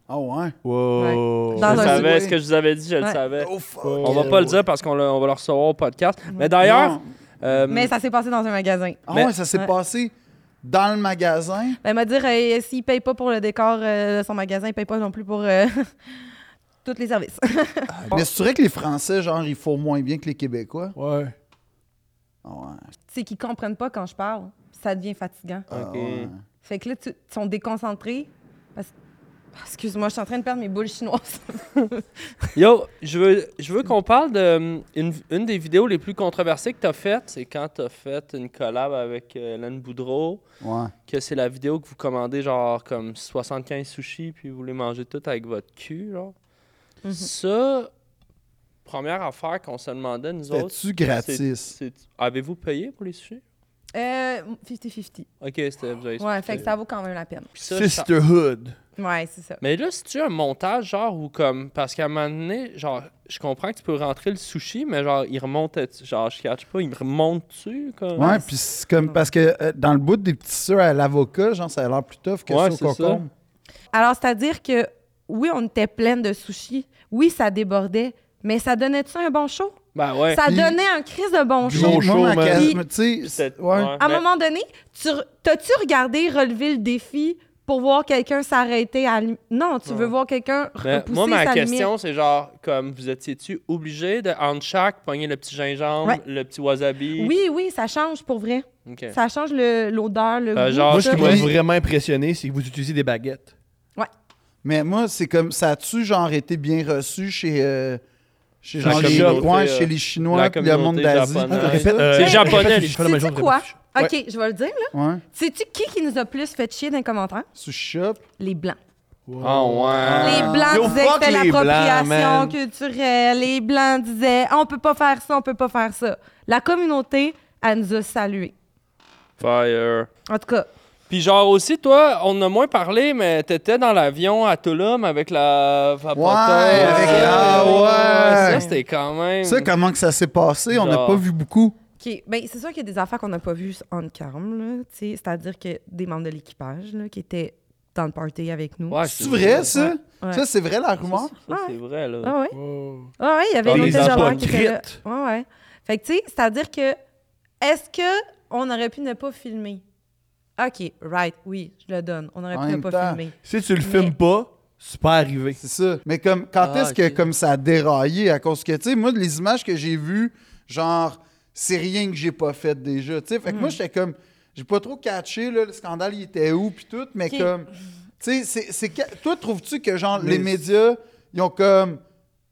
S2: Ah ouais.
S3: Wow.
S5: Dans
S4: je
S5: un-
S4: savais
S5: ouais.
S4: ce que je vous avais dit, je le
S5: Ah, Ouais.
S4: savais.
S2: Oh, fuck.
S4: On
S3: Euh,
S4: va pas le dire parce qu'on l'a- on va le recevoir au podcast. Mais d'ailleurs.
S2: Non.
S4: euh,
S5: Mais ça s'est passé dans un magasin.
S2: Ah
S4: Mais-
S2: ouais, ça s'est
S5: Ouais.
S2: passé dans le magasin.
S5: Elle m'a dit, euh, s'il paye pas pour le décor euh, de son magasin, il paye pas non plus pour euh, tous les services.
S2: Mais c'est vrai que les Français, genre, ils font moins bien que les Québécois.
S3: Ouais.
S2: Ah ouais.
S5: c'est qu'ils comprennent pas quand je parle. Ça devient fatigant.
S2: Ah
S4: Ok.
S2: ouais.
S5: Fait que là, tu, ils sont déconcentrés. Parce... Ah, Excuse-moi, je suis en train de perdre mes boules chinoises.
S4: Yo, je veux, je veux qu'on parle de hum, une, une des vidéos les plus controversées que t'as faites, c'est quand t'as fait une collab avec euh, Hélène Boudreau,
S2: Ah, Ouais.
S4: que c'est la vidéo que vous commandez genre comme 75 sushis puis vous les mangez tout avec votre cul, genre.
S5: Mhm.
S4: Ça, première affaire qu'on se demandait nous autres.
S2: C'est-tu gratis?
S4: c'est- Avez-vous payé pour les sushis?
S5: Euh, 50-50.
S4: Ok, c'était vous avez
S5: Ouais,
S4: expliqué.
S5: fait que ça vaut quand même la peine.
S4: Puis ça, ça-
S3: Sisterhood.
S5: Ouais, c'est ça.
S4: Mais là, si tu un montage, genre, ou comme. Parce qu'à un moment donné, genre, je comprends que tu peux rentrer le sushi, mais genre, il remonte. Genre, je catch pas, il remonte-tu, comme.
S2: Ouais, puis c'est comme parce que euh, dans le bout des petits sœurs à l'avocat, genre, ça a l'air plus tough que
S4: Ouais,
S2: ça au
S4: c'est ça.
S2: concombre.
S5: Alors, c'est-à-dire que oui, on était pleine de sushis. Oui, ça débordait. Mais ça donnait-tu un bon show?
S4: Ben ouais.
S5: Ça
S2: Puis-
S5: donnait un crise de bon
S2: Puis
S5: show.
S3: gros
S2: moi,
S3: show,
S2: ma
S3: man.
S2: cas-
S5: Puis-
S2: mais tu sais,
S4: Peut-être-
S2: c'est- ouais.
S5: À un
S4: mais-
S5: moment donné, tu re- t'as-tu regardé relever le défi pour voir quelqu'un s'arrêter à la lim- Non, tu veux voir quelqu'un
S4: mais
S5: repousser
S4: Ben, moi, ma
S5: sa
S4: question,
S5: limite.
S4: c'est genre, comme, vous étiez-tu obligé de, entre chaque, pogner le petit gingembre,
S5: Ouais.
S4: le petit wasabi?
S5: Oui, oui, ça change pour vrai.
S4: Ok.
S5: Ça change le- l'odeur, le,
S4: Ben,
S5: goût.
S4: genre,
S5: tout
S3: Moi, ce
S5: ça.
S3: qui m'a
S2: Oui.
S3: vraiment impressionné, c'est que vous utilisez des baguettes.
S2: Mais moi, c'est comme ça a-tu genre été bien reçu chez euh, chez
S4: La
S2: genre les
S4: communauté,
S2: ouais,
S4: euh,
S2: chez les
S4: la
S2: Chinois, puis le monde
S4: communauté
S2: d'Asie.
S4: japonaise.
S2: tout ça?
S3: Euh,
S4: C'est
S3: répète-
S4: japonais,
S3: je fais la même
S5: Sais-tu
S3: chose,
S5: quoi?
S3: répète-
S5: OK, je vais le dire, là.
S2: Ouais.
S5: Sais-tu qui qui nous a plus fait chier dans les commentaires?
S2: Sushi shop.
S5: Les Blancs.
S4: Ah ouais.
S5: Les Blancs
S3: Yo,
S5: disaient que
S3: fuck
S5: c'était
S3: les Blancs,
S5: l'appropriation
S3: man.
S5: culturelle. Les Blancs disaient « On peut pas faire ça, on peut pas faire ça ». La communauté, elle nous a salués.
S4: Fire.
S5: En tout cas,
S4: Puis genre aussi, toi, on en a moins parlé, mais t'étais dans l'avion à Tulum avec la vapoteuse.
S2: Ouais,
S5: avec-
S4: Ça,
S2: ah ouais.
S4: Ça, c'était quand même...
S2: Ça comment que ça s'est passé, on n'a
S4: Genre.
S2: pas vu beaucoup.
S5: OK. Ben, c'est sûr qu'il y a des affaires qu'on n'a pas vues on cam, là, tu sais. C'est-à-dire que des membres de l'équipage, là, qui étaient dans le party avec nous.
S4: Ouais,
S2: C'est vrai ça
S5: Ouais.
S2: Ça c'est vrai la
S4: Ça,
S2: rumeur
S4: c'est- ça, c'est vrai, là.
S5: Ah ouais?
S3: Oh.
S5: Ah ouais, il y avait
S4: Dans
S5: une
S4: les
S5: hôtesse de l'air qui était là.
S3: hypocrites.
S5: Ouais, ouais. Fait que, tu sais, c'est-à-dire que, est-ce que on aurait pu ne pas filmer? OK, right, oui, je le donne. On aurait
S2: En
S5: pu ne
S2: même
S5: pas
S2: temps,
S5: filmer.
S3: Si tu le filmes pas, c'est pas arrivé.
S2: C'est ça. Mais comme quand
S4: Ah,
S2: est-ce que
S4: ok.
S2: comme ça a déraillé à cause que tu sais moi les images que j'ai vues genre c'est rien que j'ai pas fait déjà, tu sais. Fait que
S5: Mm-hmm.
S2: moi j'étais comme j'ai pas trop catché là, le scandale il était où puis tout mais
S5: Ok.
S2: comme tu sais c'est c'est que- toi trouves-tu que genre
S3: Mais-
S2: les médias ils ont comme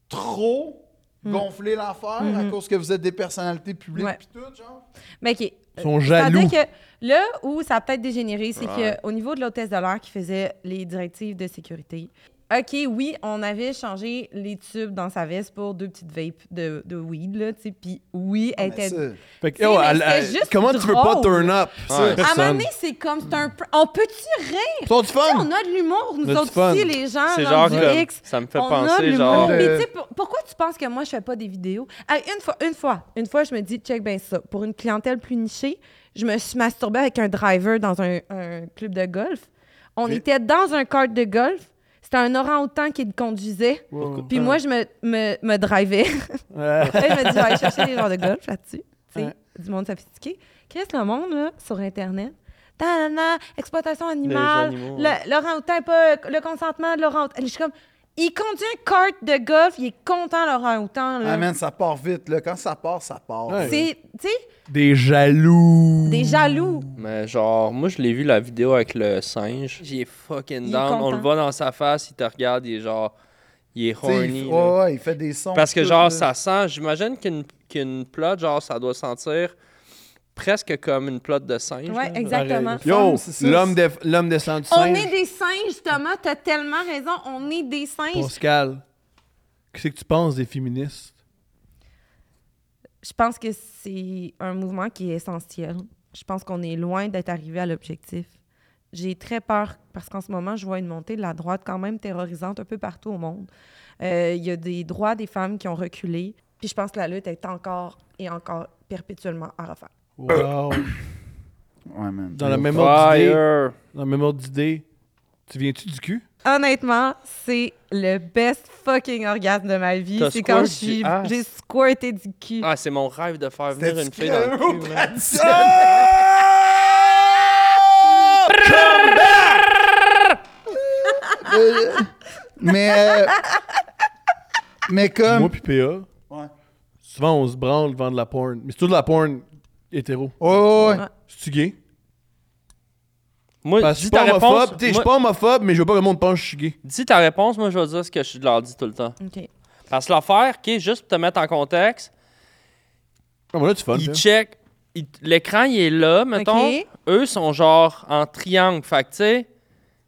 S2: trop gonflé l'affaire à cause que vous êtes des personnalités
S5: Mm. Mm-hmm. Ouais.
S2: publiques puis tout genre
S5: Mais OK.
S3: Ils sont
S5: C'est-à-dire
S3: jaloux.
S5: que là où ça a peut-être dégénéré, c'est qu'au niveau de l'hôtesse de l'air qui faisait les directives de sécurité, OK, oui, on avait changé les tubes dans sa veste pour deux petites vapes de, de weed, là, tu sais, puis oui,
S4: Ah,
S5: elle
S2: Ah, Mais
S5: était...
S2: ça-
S3: Fait que,
S5: Si,
S3: yo,
S5: mais
S3: elle-
S5: c'était
S3: elle-
S5: juste
S3: comment tu veux pas
S5: drôle.
S3: turn up?
S4: Ouais.
S5: À un moment
S3: Personne.
S5: donné, c'est comme, c'est un... pr- On peut-tu rire?
S3: Sont du
S5: Tu sais,
S3: fun?
S5: on a de l'humour, nous
S3: Notre
S5: autres
S3: fun.
S5: ici, les gens,
S4: C'est
S5: dans
S4: genre
S5: du
S4: comme...
S5: X.
S4: Ça me fait
S5: on a de
S4: penser,
S5: l'humour.
S4: genre... euh,
S2: Le-
S5: Mais tu sais, pour- pourquoi tu penses que moi, je fais pas des vidéos? Hey, une fois, une fois, une fois, je me dis, check bien ça. Pour une clientèle plus nichée, je me suis masturbée avec un driver dans un, un club de golf. On était dans un cart de golf. C'était un orang-outan qui le conduisait. Puis moi, je me, me, me drivais.
S3: Ouais.
S5: Là, il m'a dit, va aller chercher des joueurs de golf là-dessus. Tu sais,
S3: Ouais.
S5: du monde sophistiqué. Qu'est-ce que le monde, là, sur Internet? Tanana, exploitation animale.
S4: Les animaux, ouais.
S5: Le, l'orang-outan est pas euh, le consentement de l'orang-outan. Je suis comme, il conduit un kart de golf, il est content, l'orang-outan. là.
S2: Ah man, ça part vite là, quand ça part, ça part.
S3: Ouais.
S5: C'est, tu sais,
S3: Des jaloux.
S5: des jaloux.
S4: Mais genre, moi, je l'ai vu la vidéo avec le singe. Il est
S5: Il
S4: fucking
S5: est
S4: down. On
S5: content.
S4: le voit dans sa face, il te regarde, il est genre... Il est
S2: Tu sais,
S4: horny.
S2: il,
S4: là.
S2: ouais, ouais, il fait des sons.
S4: Parce que
S2: tout,
S4: genre,
S2: là.
S4: ça sent... J'imagine qu'une qu'une plot, genre, ça doit sentir presque comme une plot de singe.
S5: Ouais,
S4: là.
S5: exactement.
S3: Yo,
S2: C'est ça,
S3: l'homme des l'homme descend du
S5: On
S3: singe.
S5: est des singes, Thomas, t'as tellement raison. On est des singes.
S3: Pascal, qu'est-ce que tu penses des féministes?
S5: Je pense que c'est un mouvement qui est essentiel. Je pense qu'on est loin d'être arrivé à l'objectif. J'ai très peur parce qu'en ce moment, je vois une montée de la droite quand même terrorisante un peu partout au monde. Euh, Il y a des droits des femmes qui ont reculé. Puis je pense que la lutte est encore et encore perpétuellement à refaire.
S2: Euh,
S3: Wow.
S2: Ouais, man.
S3: Dans la même ordre d'idée,
S4: Fire.
S3: dans le même ordre d'idée, tu viens-tu du cul?
S5: Honnêtement, c'est le best fucking orgasme de ma vie.
S4: T'as
S5: C'est quand je
S4: squirt du
S5: suis-
S4: ass.
S5: j'ai squirté du cul.
S4: Ah, c'est mon rêve de faire venir une fille
S2: C'était
S4: dans le cul. man.
S2: Mais euh, Mais
S3: Moi
S2: comme.
S3: puis PA,
S2: Euh, Ouais.
S3: souvent on se branle devant de la porn. Mais c'est tout de la porn hétéro.
S2: Oh, ouais.
S3: C'est-tu gay?
S4: Moi,
S3: Parce que
S4: dis
S3: je suis
S4: ta
S3: pas
S4: réponse.
S3: homophobe. t'sais, Je suis
S4: moi-
S3: pas homophobe, mais je veux pas que le monde pense que je suis gay.
S4: Dis ta réponse, moi je vais dire ce que je leur dis tout le temps.
S5: OK.
S4: Parce que l'affaire, qui est juste pour te mettre en contexte,
S3: Ah, mais là, tu fun.
S4: ils
S3: hein.
S4: check. ils- L'écran, il est là, mettons.
S5: OK.
S4: Eux sont genre en triangle. Fait que, tu sais,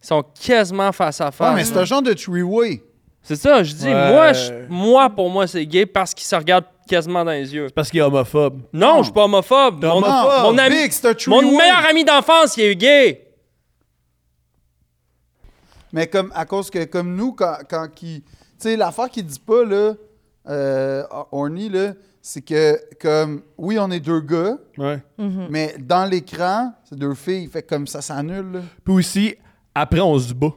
S4: ils sont quasiment face à
S2: Ouais,
S4: face.
S2: mais c'est un genre de three-way.
S4: C'est ça, je dis,
S3: Ouais.
S4: moi, je- moi, pour moi, c'est gay parce qu'ils se regardent quasiment dans les yeux.
S3: Parce qu'il est homophobe.
S4: Non, je suis pas homophobe.
S3: T'es
S4: Mon,
S3: homophobe.
S2: Non,
S4: mon ami-
S2: Big, c'est un
S4: mon
S2: three-way.
S4: meilleur ami d'enfance, il est gay.
S2: Mais comme, à cause que, comme nous, quand, quand qui. Tu sais, l'affaire qu'il dit pas, là, euh, Orny, là, c'est que, comme, oui, on est deux gars,
S3: Ouais.
S5: Mhm.
S2: mais dans l'écran, c'est deux filles. Fait que comme ça s'annule, là.
S3: Puis aussi, après, on se bat.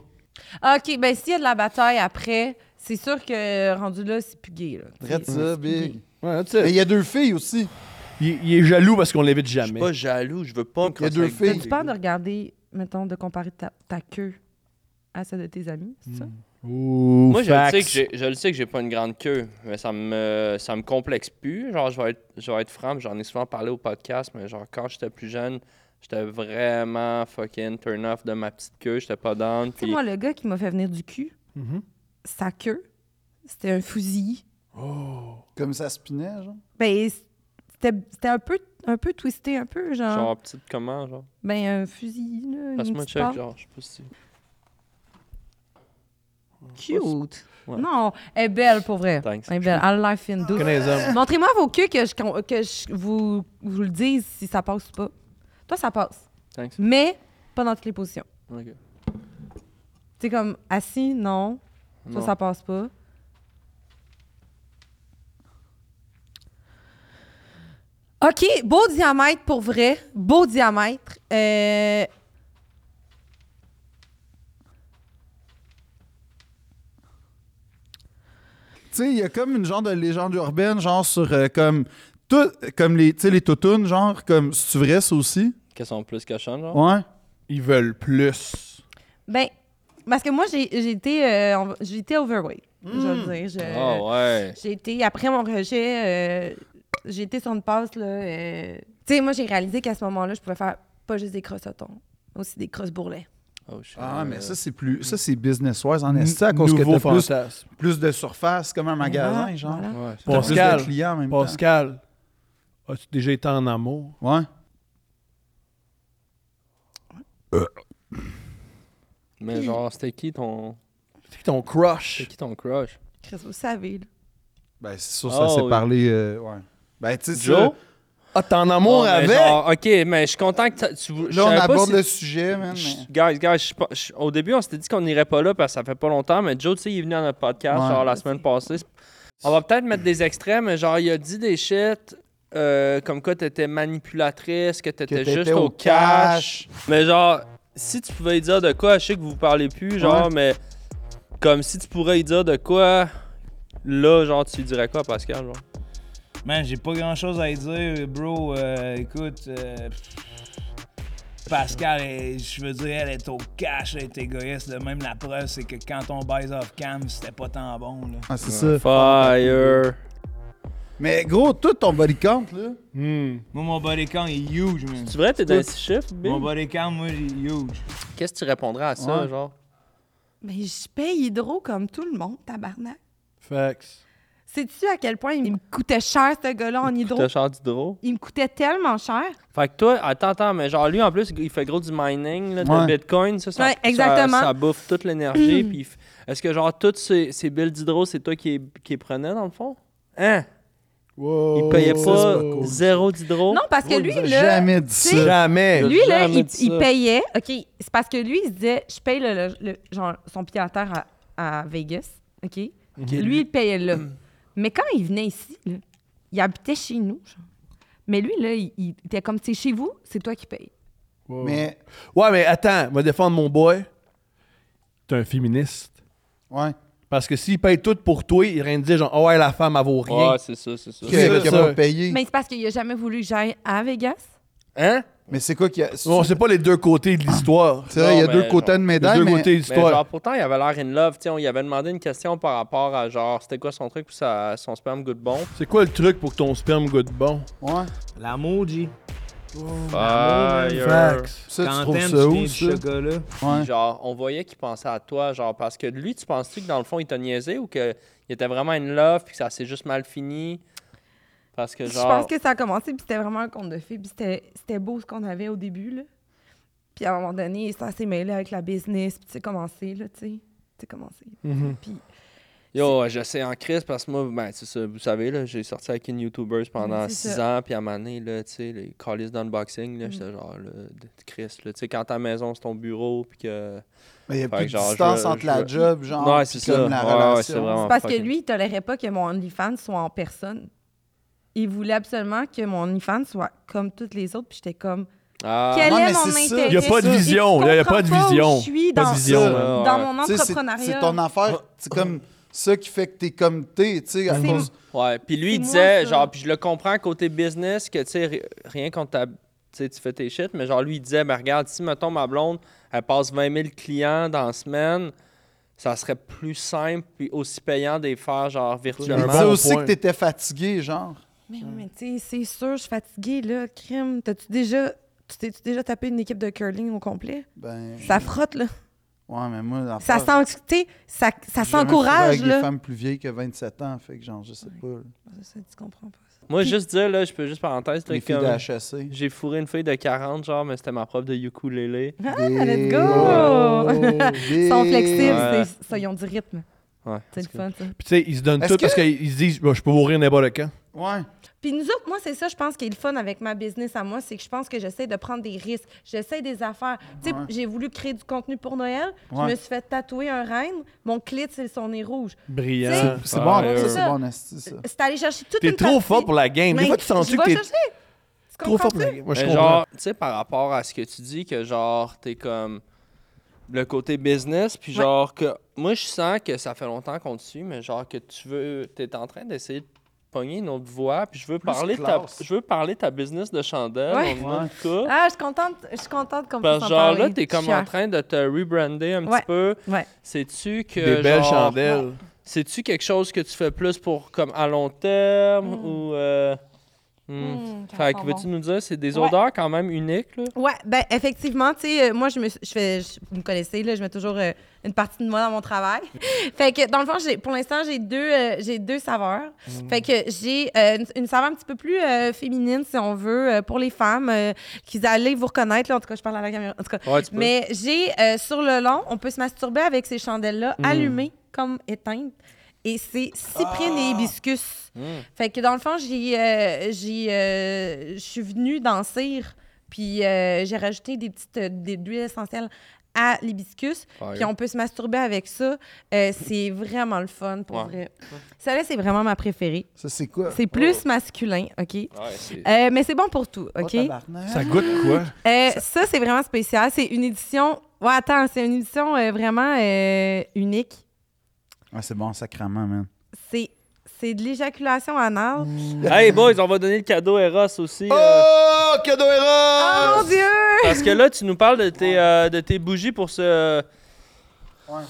S5: OK, ben s'il y a de la bataille après, c'est sûr que euh, rendu là, c'est plus gay. Là.
S2: Drette
S5: C'est-
S2: ça,
S5: c'est plus
S2: Big.
S5: gay.
S3: Ouais,
S2: Mais
S3: tu
S2: il y a deux filles aussi.
S3: il, il est jaloux parce qu'on l'évite
S4: Je suis
S3: jamais.
S4: pas jaloux, je veux pas me
S2: Il y a deux
S4: crosser avec
S2: filles.
S5: T'as-tu
S4: des
S5: peur
S4: gars.
S5: de regarder, mettons, de comparer ta, ta queue à celle de tes amis, c'est
S2: Hmm.
S5: ça?
S3: Ouh,
S4: Moi, je le,
S3: facts.
S4: sais que j'ai, je le sais que j'ai pas une grande queue, mais ça me, ça me complexe plus. Genre, je vais être, je vais être franc, j'en ai souvent parlé au podcast, mais genre, quand j'étais plus jeune, j'étais vraiment fucking turn off de ma petite queue, j'étais pas down.
S5: Tu
S4: Puis,
S5: sais, moi, le gars qui m'a fait venir du cul,
S3: Mhm.
S5: sa queue, c'était un fusil.
S2: Comme ça spinait, genre.
S5: Ben, c'était c'était un peu, un peu twisté, un peu, genre,
S4: genre, petite comment, genre.
S5: ben, un fusil, là, une
S4: Passe-moi
S5: petite
S4: check,
S5: barre.
S4: genre, je sais pas si.
S5: Cute.
S4: Ouais.
S5: Non, elle est belle, pour vrai.
S4: Thanks.
S5: Elle est belle. Elle a l'air fine, dude.
S3: Je connais les hommes.
S5: Montrez-moi vos queues que je, qu'on- que je vous, vous le dise si ça passe ou pas. Toi, ça passe.
S4: Thanks.
S5: Mais pas dans toutes les positions.
S4: Ok.
S5: Tu sais, comme assis, non.
S4: Non.
S5: Ça, ça passe pas. OK, beau diamètre pour vrai. Beau diamètre. Euh,
S2: Tu sais, il y a comme une genre de légende urbaine, genre sur euh, comme tout, comme les, tu sais, les toutounes, genre comme si tu vrai ça aussi.
S4: Qu'elles sont plus cochonnes, genre.
S2: Ouais.
S3: Ils veulent plus.
S5: ben, parce que moi, j'ai j'ai été, euh, on va- j'ai été overweight. Je veux dire. je-
S4: Ah ouais.
S5: J'ai été, après mon rejet, euh, j'ai été sur une passe, là. euh, Tu sais, moi, j'ai réalisé qu'à ce moment-là, je pouvais faire pas juste des crossotons, aussi des crosses bourrelets.
S4: Oh, shit.
S2: Ah, mais ça, c'est plus. Ça, c'est business-wise, en est à
S3: N-
S2: cause que
S3: nouveau
S2: t'as plus,
S3: fantasme.
S2: plus de surface, comme un magasin,
S5: Voilà,
S2: genre.
S5: voilà.
S4: Ouais,
S2: T'as plus de
S3: Pascal.
S2: clients en même
S3: Pascal, as-tu déjà été en amour?
S2: temps. Ouais.
S4: Mais genre, c'était qui ton,
S3: C'est qui ton crush?
S4: c'était qui ton crush?
S5: Chris, vous savez, là.
S2: Ben, c'est sûr,
S4: Ah,
S2: ça s'est
S4: oui.
S2: parlé. euh, ouais. Ben, tu sais, ça,
S4: Joe?
S3: Ah, t'es en
S4: Oh,
S3: amour
S4: mais
S3: avec?
S4: genre, ok, mais je suis content que t'as- tu. je
S2: là, on
S4: savais pas
S2: aborde
S4: si-
S2: le sujet, man. Ah, mais-
S4: Chut, Guys, guys, je suis pas- je- au début, on s'était dit qu'on n'irait pas là parce que ça fait pas longtemps, mais Joe, tu sais, il est venu à notre podcast
S2: Ouais.
S4: genre, la semaine passée. On va peut-être mettre des extraits, mais genre, il a dit des shit euh, comme quoi t'étais manipulatrice, que
S2: Que
S4: t'étais
S2: t'étais
S4: juste au cash. Mais genre, si tu pouvais lui dire de quoi, je sais que vous parlez plus, genre,
S2: Ouais.
S4: mais comme si tu pourrais lui dire de quoi, là, genre, tu lui dirais quoi, Pascal? Genre?
S6: Man, j'ai pas grand chose à y dire, bro. Euh, écoute, euh, pff, Pascal, elle- je veux dire, elle est au cash, elle est égoïste. De même, la preuve, c'est que quand on baise off cam, c'était pas tant bon, là.
S2: Ah, c'est ça.
S4: Fire!
S2: Mais gros, tout ton body count, là.
S3: Hmm.
S6: Moi, mon body count est huge, man.
S4: Tu vrai, t'es dans six chiffres, Bill?
S6: Mon body count, moi, il est huge.
S4: Qu'est-ce que tu répondrais à ça,
S2: Ouais.
S4: genre?
S5: Mais je paye Hydro comme tout le monde, tabarnak.
S3: Facts.
S5: Sais-tu à quel point il me coûtait cher, ce gars-là, en Hydro?
S4: T'as Charles Diderot?
S5: Il me coûtait tellement cher.
S4: Fait que toi, attends, attends, mais genre lui en plus, il fait gros du mining, là,
S2: Ouais.
S4: de Bitcoin, ça, ça,
S5: Ouais, exactement.
S4: ça,
S5: Mm.
S4: ça bouffe toute l'énergie. puis il f- est-ce que genre toutes ces, ces billes d'hydro, c'est toi qui, qui les prenais dans le fond? Hein? Il
S3: Wow.
S4: payait
S3: Ça,
S4: pas
S3: Oh, c'est cool.
S4: zéro d'hydro?
S5: Non, parce que
S2: Gros,
S5: lui,
S2: il nous a
S5: là,
S2: jamais dit
S5: tu sais,
S2: ça.
S3: Jamais.
S5: lui, là,
S4: oh, Jamais
S5: il,
S4: dit
S5: il
S4: ça.
S5: payait. OK, c'est parce que lui, il se disait, je paye le, le- le- genre, son pied à terre à, à Vegas. OK?
S3: Mhm.
S5: Lui, il payait là. Mais quand il venait ici, là, il habitait chez nous. genre. Mais lui, là, il, il était comme, tu sais, chez vous, c'est toi qui payes.
S3: Wow.
S2: Mais,
S3: Ouais, mais attends, va défendre mon boy. T'es un féministe.
S2: ouais.
S3: Parce que s'il paye tout pour toi, il rien de dire genre, ah ouais, la femme, elle vaut rien.
S4: Ouais, c'est ça, c'est ça.
S2: Qui a
S3: ça.
S2: qui a pas payé?
S5: Mais c'est parce qu'il a jamais voulu que j'aille à Vegas.
S4: Hein?
S2: Mais c'est quoi qu'il y a. C'est
S3: On sait pas les deux côtés de l'histoire.
S2: c'est vrai, il y a
S4: Non,
S2: deux
S4: mais
S2: côtés de
S3: Les
S2: médaille.
S3: deux
S2: mais-
S3: côtés de
S4: Mais genre,
S3: l'histoire.
S4: pourtant, il avait l'air in love. Tu sais, on lui avait demandé une question par rapport à genre, c'était quoi son truc pour sa- son sperme goût de bon.
S3: C'est quoi le truc pour que ton sperme goûte bon?
S2: Ouais.
S6: L'amour, G.
S4: Fire.
S3: Facts.
S2: Ça, tu
S6: Quand
S2: trouves
S6: t'aimes,
S2: ça
S6: tu
S2: où,
S6: viens
S2: ça?
S6: du chocolat.
S2: Ouais.
S4: Genre, on voyait qu'il pensait à toi, genre, parce que lui, tu penses-tu que dans le fond, il t'a niaisé ou qu'il était vraiment in love puis que ça s'est juste mal fini? Parce que,
S5: Je
S4: genre.
S5: pense que ça a commencé, puis c'était vraiment un conte de fées, puis c'était c'était beau ce qu'on avait au début, là. Puis à un moment donné, ça s'est mêlé avec la business, puis tu sais, commencé, là, tu sais. Tu sais, commencé. Puis
S4: Yo, je sais en crise parce que moi, ben, c'est ça, vous savez, là, j'ai sorti avec une YouTuber pendant
S5: Oui, c'est
S4: 6 ans, puis à ma année, là, tu sais, les calices d'unboxing, là,
S5: Mm.
S4: j'étais genre, là, de Chris, là, tu sais, quand ta maison, c'est ton bureau, puis que.
S2: Mais il y a
S4: Fait
S2: plus
S4: que
S2: de
S4: genre,
S2: distance
S4: je-
S2: entre la
S4: je-
S2: job, genre.
S4: ouais,
S2: puis
S4: c'est ça.
S2: comme la
S4: Ouais, ouais,
S2: relation.
S4: c'est vraiment.
S5: C'est parce que
S4: fucking-
S5: lui, il tolérait pas que mon OnlyFans soit en personne. Il voulait absolument que mon OnlyFans soit comme toutes les autres. Puis j'étais comme,
S4: Ah,
S5: quel
S2: ouais, mais
S5: est mon
S2: c'est ça.
S5: intérêt?
S2: Il y a
S3: pas de
S5: Il
S3: vision,
S5: comprend
S3: il y a pas de
S5: où
S3: vision.
S5: Je suis
S3: Pas de
S5: dans,
S3: vision,
S5: ça,
S4: là.
S5: dans mon
S2: Tu sais, c'est- C'est
S5: entrepreneuriat.
S2: ton affaire. C'est comme ça qui fait que t'es comme t'es, tu sais, à
S5: C'est-
S2: cause-
S4: Ouais, puis lui,
S5: C'est
S4: il
S5: moi,
S4: disait,
S5: ça.
S4: genre, puis je le comprends côté business, que tu sais, ri- rien contre ta. Tu sais, tu fais tes shit, mais genre, lui, il disait, ben regarde, si, mettons, ma blonde, elle passe 20 000 clients dans la semaine, ça serait plus simple, puis aussi payant de les faire, genre,
S2: Il
S3: un
S4: virtuellement.
S2: disait
S3: bon
S2: aussi
S3: point.
S2: que t'étais fatigué, genre.
S5: Mais oui, mais tu sais, c'est sûr, je suis fatiguée, là. Crime, t'as-tu déjà... Tu t'es déjà tapé une équipe de curling au complet?
S2: Ben.
S5: Ça frotte, là.
S2: Ouais, mais moi,
S5: Ça
S2: l'affaire-
S5: sent... Tu sais, ça, ça
S2: j'ai jamais couché
S5: s'encourage,
S2: avec des
S5: là.
S2: femmes plus vieilles que 27 ans, fait que genre, je sais pas. là.
S5: Ça, tu comprends pas.
S4: Moi, juste dire, là, je peux juste parenthèse, là,
S2: Les filles de
S4: comme-
S2: la chassée.
S4: J'ai fourré une fille de 40, genre, mais c'était ma prof de ukulélé.
S5: Ah, let's go!
S2: Des-
S5: Ils sont flexibles,
S4: Ouais.
S5: c'est- ça, ils ont du rythme.
S4: Ouais.
S5: C'est le fun, ça.
S3: Puis tu sais, ils se donnent
S2: Est-ce
S3: tout
S2: que-
S3: parce qu'ils se disent, Bah, je peux mourir n'importe quand.
S2: Ouais.
S5: Puis nous autres, moi, c'est ça, je pense, qui est le fun avec ma business à moi, c'est que je pense que j'essaie de prendre des risques, j'essaie des affaires. Tu sais,
S2: Ouais.
S5: j'ai voulu créer du contenu pour Noël,
S2: Ouais.
S5: je me suis fait tatouer un renne, mon clit, c'est son nez rouge.
S3: Brillant.
S2: C'est bon,
S4: Ouais,
S2: c'est
S5: ouais.
S2: c'est bon, asti, ça.
S5: C'est allé chercher toute
S3: T'es
S5: une
S3: trop
S5: partie-
S3: fort pour la game. Des
S5: Mais
S3: fois, tu sens
S5: je
S3: que
S5: vais
S3: t'es
S5: chercher. Tu
S3: trop
S5: comprends
S3: fort pour
S5: ça?
S3: la game. Moi, je
S4: Mais
S3: comprends.
S4: genre, tu sais, par rapport à ce que tu dis, que genre, t'es comme le côté business, puis
S5: Ouais.
S4: genre que moi, je sens que ça fait longtemps qu'on te suit, mais genre que tu veux, t'es en train d'essayer de pogner une autre voie, puis je veux parler de ta,
S2: classe.
S4: je veux parler de ta business de chandelle,
S5: Ouais.
S4: on en
S2: Ouais.
S4: cas.
S5: Ah, je suis contente, je suis contente qu'on
S4: Parce
S5: puisse en
S4: genre là,
S5: parler.
S4: t'es
S5: Je suis
S4: comme en
S5: fière.
S4: train de te rebrander un
S5: Ouais.
S4: petit peu.
S5: Ouais.
S4: Sais-tu que
S3: Des belles
S4: euh, genre,
S3: chandelles.
S4: C'est-tu quelque chose que tu fais plus pour comme à long terme ou euh, hmm.
S5: Mm, ça
S4: Fait que
S5: sent
S4: veux-tu
S5: bon.
S4: nous dire c'est des
S5: Ouais.
S4: odeurs quand même uniques là
S5: Ouais, ben effectivement, tu sais, euh, moi je me, suis- je fais, je- vous me connaissez là, je mets toujours euh, une partie de moi dans mon travail. fait que dans le fond, j'ai, pour l'instant, j'ai deux, euh, j'ai deux saveurs. Fait que j'ai euh, une, une saveur un petit peu plus euh, féminine, si on veut, euh, pour les femmes euh, qui allaient vous reconnaître. Là, en tout cas, je parle à la caméra. En tout cas,
S4: Ouais, tu peux.
S5: mais j'ai euh, sur le long, on peut se masturber avec ces chandelles-là allumées comme éteintes. Et c'est cyprine et hibiscus.
S4: Mmh.
S5: Fait que dans le fond, j'ai, euh, j'ai, euh, je suis venue danser, puis euh, j'ai rajouté des petites euh, des huiles essentielles à l'hibiscus,
S4: Fire.
S5: puis on peut se masturber avec ça. Euh, c'est vraiment le fun pour
S4: Ouais.
S5: vrai. Celle-là, c'est vraiment ma préférée.
S2: Ça, c'est quoi?
S5: C'est plus masculin, OK?
S4: Ouais, c'est-
S5: Euh, mais c'est bon pour tout,
S2: Oh,
S5: OK?
S2: tabarnak.
S3: Ça goûte quoi?
S5: Euh, ça, c'est vraiment spécial. C'est une édition. Ouais, attends, c'est une édition euh, vraiment euh, unique.
S2: Ah, c'est bon, sacrement, man.
S5: C'est, c'est de l'éjaculation anale.
S4: Euh, hey boys, on va donner le cadeau Eros aussi euh,
S3: Oh, cadeau
S5: Oh
S3: héros!
S5: mon Dieu!
S4: parce que là tu nous parles de tes euh, de tes bougies pour ce euh,
S2: Ouais.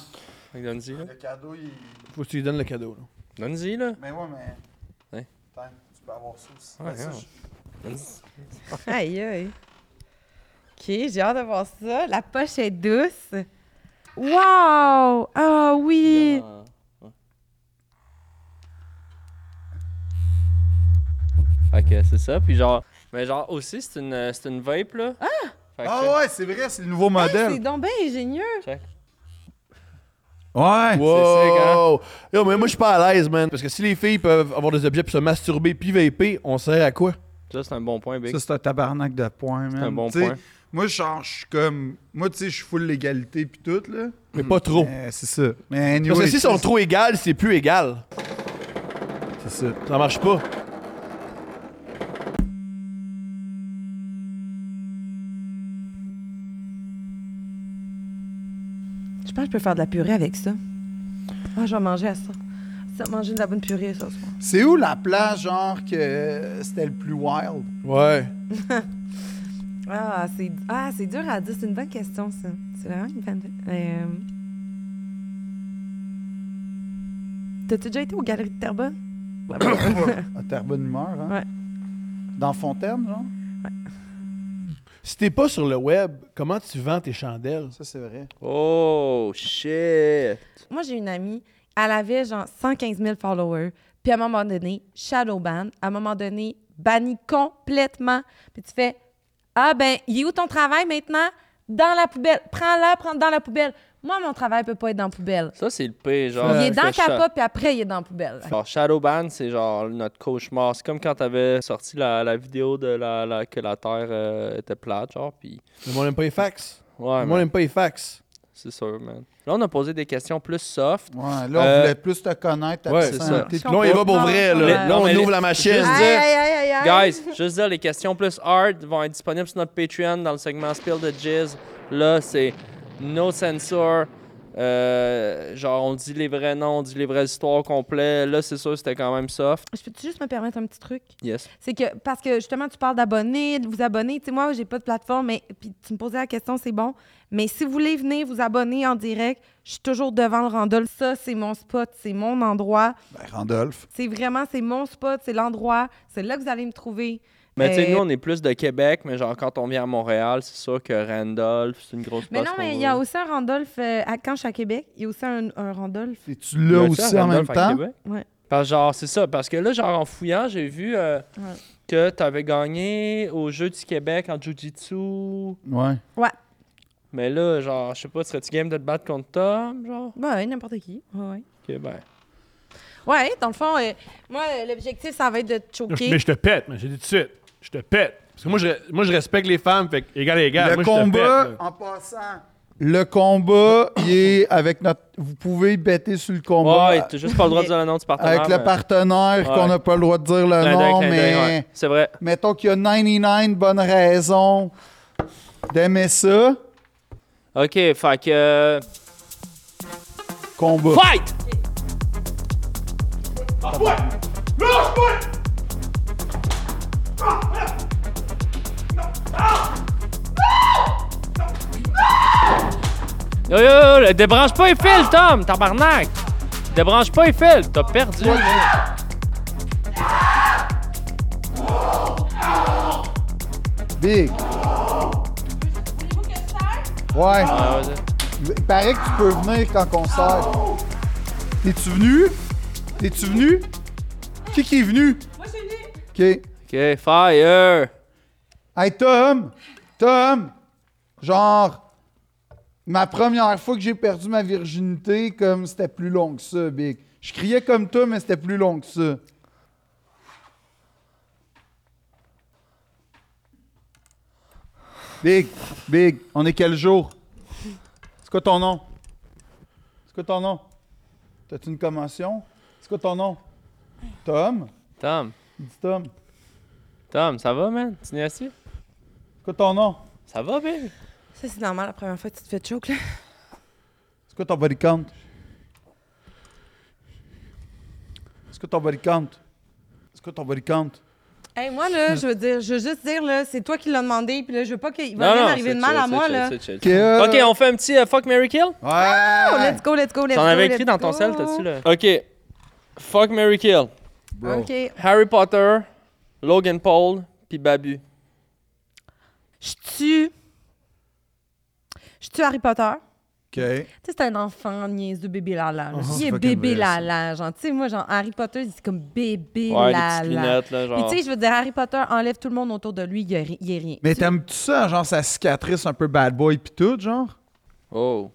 S4: Fait que Donne-y là.
S2: Le cadeau, il.
S3: Faut que tu lui donnes le cadeau. là.
S4: Donne-y là.
S2: Mais ouais, mais.
S4: Ouais.
S2: Attends, tu peux avoir ça aussi.
S4: Ouais, ouais.
S5: Aïe, aïe. OK, j'ai hâte de voir ça. La poche est douce. Wow! Ah oui!
S4: Ok, c'est ça. Puis genre, mais genre aussi c'est une euh, c'est une vape là. Ah.
S2: Ah ouais, c'est vrai, c'est le nouveau
S5: C'est
S2: modèle.
S5: donc bien ingénieux.
S2: Ouais.
S3: Wow! hein? Yo, mais moi, je suis pas à l'aise, man. Parce que si les filles peuvent avoir des objets puis se masturber puis vaper, on sert à quoi?
S4: Ça c'est un bon point, Big.
S2: Ça, c'est un tabarnak de points, man.
S4: C'est un bon
S2: T'sais,
S4: point.
S2: Moi, genre, je suis comme. Moi, tu sais, je suis full l'égalité pis tout, là.
S3: Mais pas trop.
S5: Mm-hmm.
S2: Euh, c'est ça. Mais anyway,
S3: Oh. Parce que s'ils
S2: c'est-
S3: sont trop égales, c'est plus égal.
S2: C'est ça.
S3: Ça marche pas.
S5: Je pense que je peux faire de la purée avec ça. Ah, je vais manger à ça. Ça, manger de la bonne purée, ça, ce soir.
S2: C'est
S5: Mm-hmm.
S2: où la place, genre, que euh, c'était le plus wild?
S3: Ouais.
S5: Ah, c'est ah, c'est dur à dire. C'est une bonne question, ça. C'est vraiment une bonne... Euh... T'as-tu déjà été aux Galeries de Terrebonne?
S2: Ah, T'as bonne humeur, hein?
S5: Ouais.
S2: Dans Fontaine, genre?
S3: Si t'es pas sur le web, comment tu vends tes chandelles?
S2: Ça, c'est vrai.
S4: Oh, shit.
S5: Moi, j'ai une amie, elle avait genre 115 000 followers. Puis à un moment donné, shadowban. À un moment donné, banni complètement. Puis tu fais Ah, ben, il est où ton travail maintenant? Dans la poubelle. Prends-la, prends dans la poubelle. Moi, mon travail peut pas être dans la poubelle.
S4: Ça, c'est le pire, genre.
S5: il est dans le
S4: que
S5: capa, puis après, il est dans la poubelle.
S4: Genre, Shadowban, c'est genre notre cauchemar. C'est comme quand t'avais sorti la, la vidéo de la, la- que la Terre euh, était plate, genre, puis...
S3: Le monde aime pas les fax.
S4: Ouais,
S3: le monde
S4: man,
S3: aime pas les fax.
S4: c'est sûr, man. Là, on a posé des questions plus soft.
S2: Ouais, là, on
S4: Euh,
S2: voulait plus te connaître, ta
S4: ouais,
S2: personnalité.
S5: c'est ça.
S3: Là, on y va pour vrai.
S5: Ouais.
S3: Là, là
S4: Non, mais
S3: on ouvre
S4: les-
S3: la machine.
S4: Juste
S5: Aïe,
S4: dire-
S5: aïe, aïe, aïe, aïe.
S4: Guys, juste dire, les questions plus hard vont être disponibles sur notre Patreon dans le segment Spill de Jizz. Là, c'est no censor. Euh, genre, on dit les vrais noms, on dit les vraies histoires au complet. Là, c'est sûr, c'était quand même soft.
S5: Je peux-tu juste me permettre un petit truc?
S4: Yes.
S5: C'est que, parce que justement, tu parles d'abonnés, de vous abonner. Tu sais, moi, j'ai pas de plateforme, mais puis tu me posais la question, c'est bon. Mais si vous voulez venir vous abonner en direct, je suis toujours devant le Randolph. Ça, c'est mon spot, c'est mon endroit.
S2: Ben, Randolph.
S5: C'est vraiment, c'est mon spot, c'est l'endroit. C'est là que vous allez me trouver.
S4: Mais tu sais,
S5: Euh,
S4: nous, on est plus de Québec, mais genre, quand on vient à Montréal, c'est sûr que Randolph, c'est une grosse
S5: Mais
S4: place
S5: non,
S4: pour
S5: mais il
S4: nous.
S5: y a aussi un Randolph, euh, à- quand je suis à Québec, il y a aussi un, un Randolph.
S2: Es-tu là
S4: Y a
S2: aussi
S4: ça,
S2: en même
S4: Randolph à
S2: temps?
S4: Québec?
S5: Ouais.
S4: Parce genre, c'est ça. Parce que là, genre, en fouillant, j'ai vu euh,
S5: Ouais.
S4: que tu avais gagné au Jeu du Québec en Jiu-Jitsu.
S2: Ouais.
S4: Mais là, genre, je sais pas, serais-tu game de te battre contre Tom, genre?
S5: Ben, ouais, n'importe qui. Ouais, ouais.
S4: Ok, ben.
S5: Ouais, dans le fond, euh, moi, euh, l'objectif, ça va être de te choquer.
S3: Mais je te pète, man. J'ai dit tout de suite. Je te pète. Parce que moi, je, re- moi, je respecte les femmes. Fait que, égal,
S4: Ah,
S3: égal.
S2: le
S3: moi, je te
S2: combat,
S3: pète, là.
S2: en passant, le combat, il est avec notre. Vous pouvez bêter sur le combat
S4: Ouais, t'as juste pas le droit de dire le nom du partenaire.
S2: avec le
S4: mais-
S2: partenaire
S4: Ouais.
S2: qu'on n'a pas le droit de dire le
S4: Clin d'œil,
S2: nom,
S4: clin
S2: mais
S4: d'œil, ouais. C'est vrai.
S2: mettons qu'il y a 99 bonnes raisons d'aimer ça.
S4: Ok, fait que. euh,
S2: Combat.
S4: Fight! Yo yo, yo, le- débranche pas les fils, Tom, tabarnak! Débranche pas les fils, t'as perdu.
S2: Big. Ouais.
S4: Ah, vas-y.
S2: Il paraît que tu peux venir quand on sort. T'es-tu venu? T'es-tu venu? Qui qui est venu? Moi, je suis venu. OK.
S4: Ok, fire!
S2: Hey Tom! Tom! Genre, ma première fois que j'ai perdu ma virginité, comme c'était plus long que ça, Big. Je criais comme toi, mais c'était plus long que ça. Big, Big, on est quel jour? C'est quoi ton nom? C'est quoi ton nom? T'as-tu une commotion? C'est quoi ton nom? Tom?
S4: Tom,
S2: Dis Tom. C'est
S4: Tom, ça va, man? Tu n'es assis?
S2: quoi ton nom?
S4: Ça va, baby?
S5: Ça, c'est normal, la première fois que tu te fais choke, là.
S2: C'est quoi ton body count? C'est quoi ton body count? C'est quoi ton body count?
S5: Hey, moi, là, je veux dire, je veux juste dire, là, c'est toi qui l'as demandé, puis là, je veux pas qu'il va
S4: Non,
S5: rien
S4: non,
S5: arriver
S4: c'est
S5: de mal
S4: chill,
S5: à
S4: c'est
S5: moi,
S4: chill,
S5: là.
S4: c'est chill.
S2: Ok, euh,
S4: Ok, on fait un petit euh, fuck, Mary kill?
S5: Oh,
S2: Ouais!
S5: let's go, let's go, let's
S4: T'en
S5: go.
S4: avais
S5: let's
S4: écrit dans ton
S5: go.
S4: sel, t'as-tu là? Ok, fuck, Mary kill.
S2: Bro.
S5: OK.
S4: Harry Potter, Logan Paul, puis Babu.
S5: Je tue... Je tue Harry Potter.
S2: Ok.
S5: Tu sais, c'est un enfant niaiseux, bébé lala.
S4: Oh,
S5: là. il
S2: c'est
S5: est
S2: fucking
S5: bébé
S2: vrai, ça.
S5: lala. Genre, tu sais, moi, genre, Harry Potter, c'est comme bébé
S4: Ouais, les
S5: lala.
S4: petites lunettes, là,
S5: Puis,
S4: genre.
S5: tu sais, je veux dire, Harry Potter enlève tout le monde autour de lui, il y a, ri- il y a rien.
S2: Mais
S5: Tu-
S2: t'aimes-tu ça, genre sa cicatrice un peu bad boy pis tout, genre?
S4: Oh.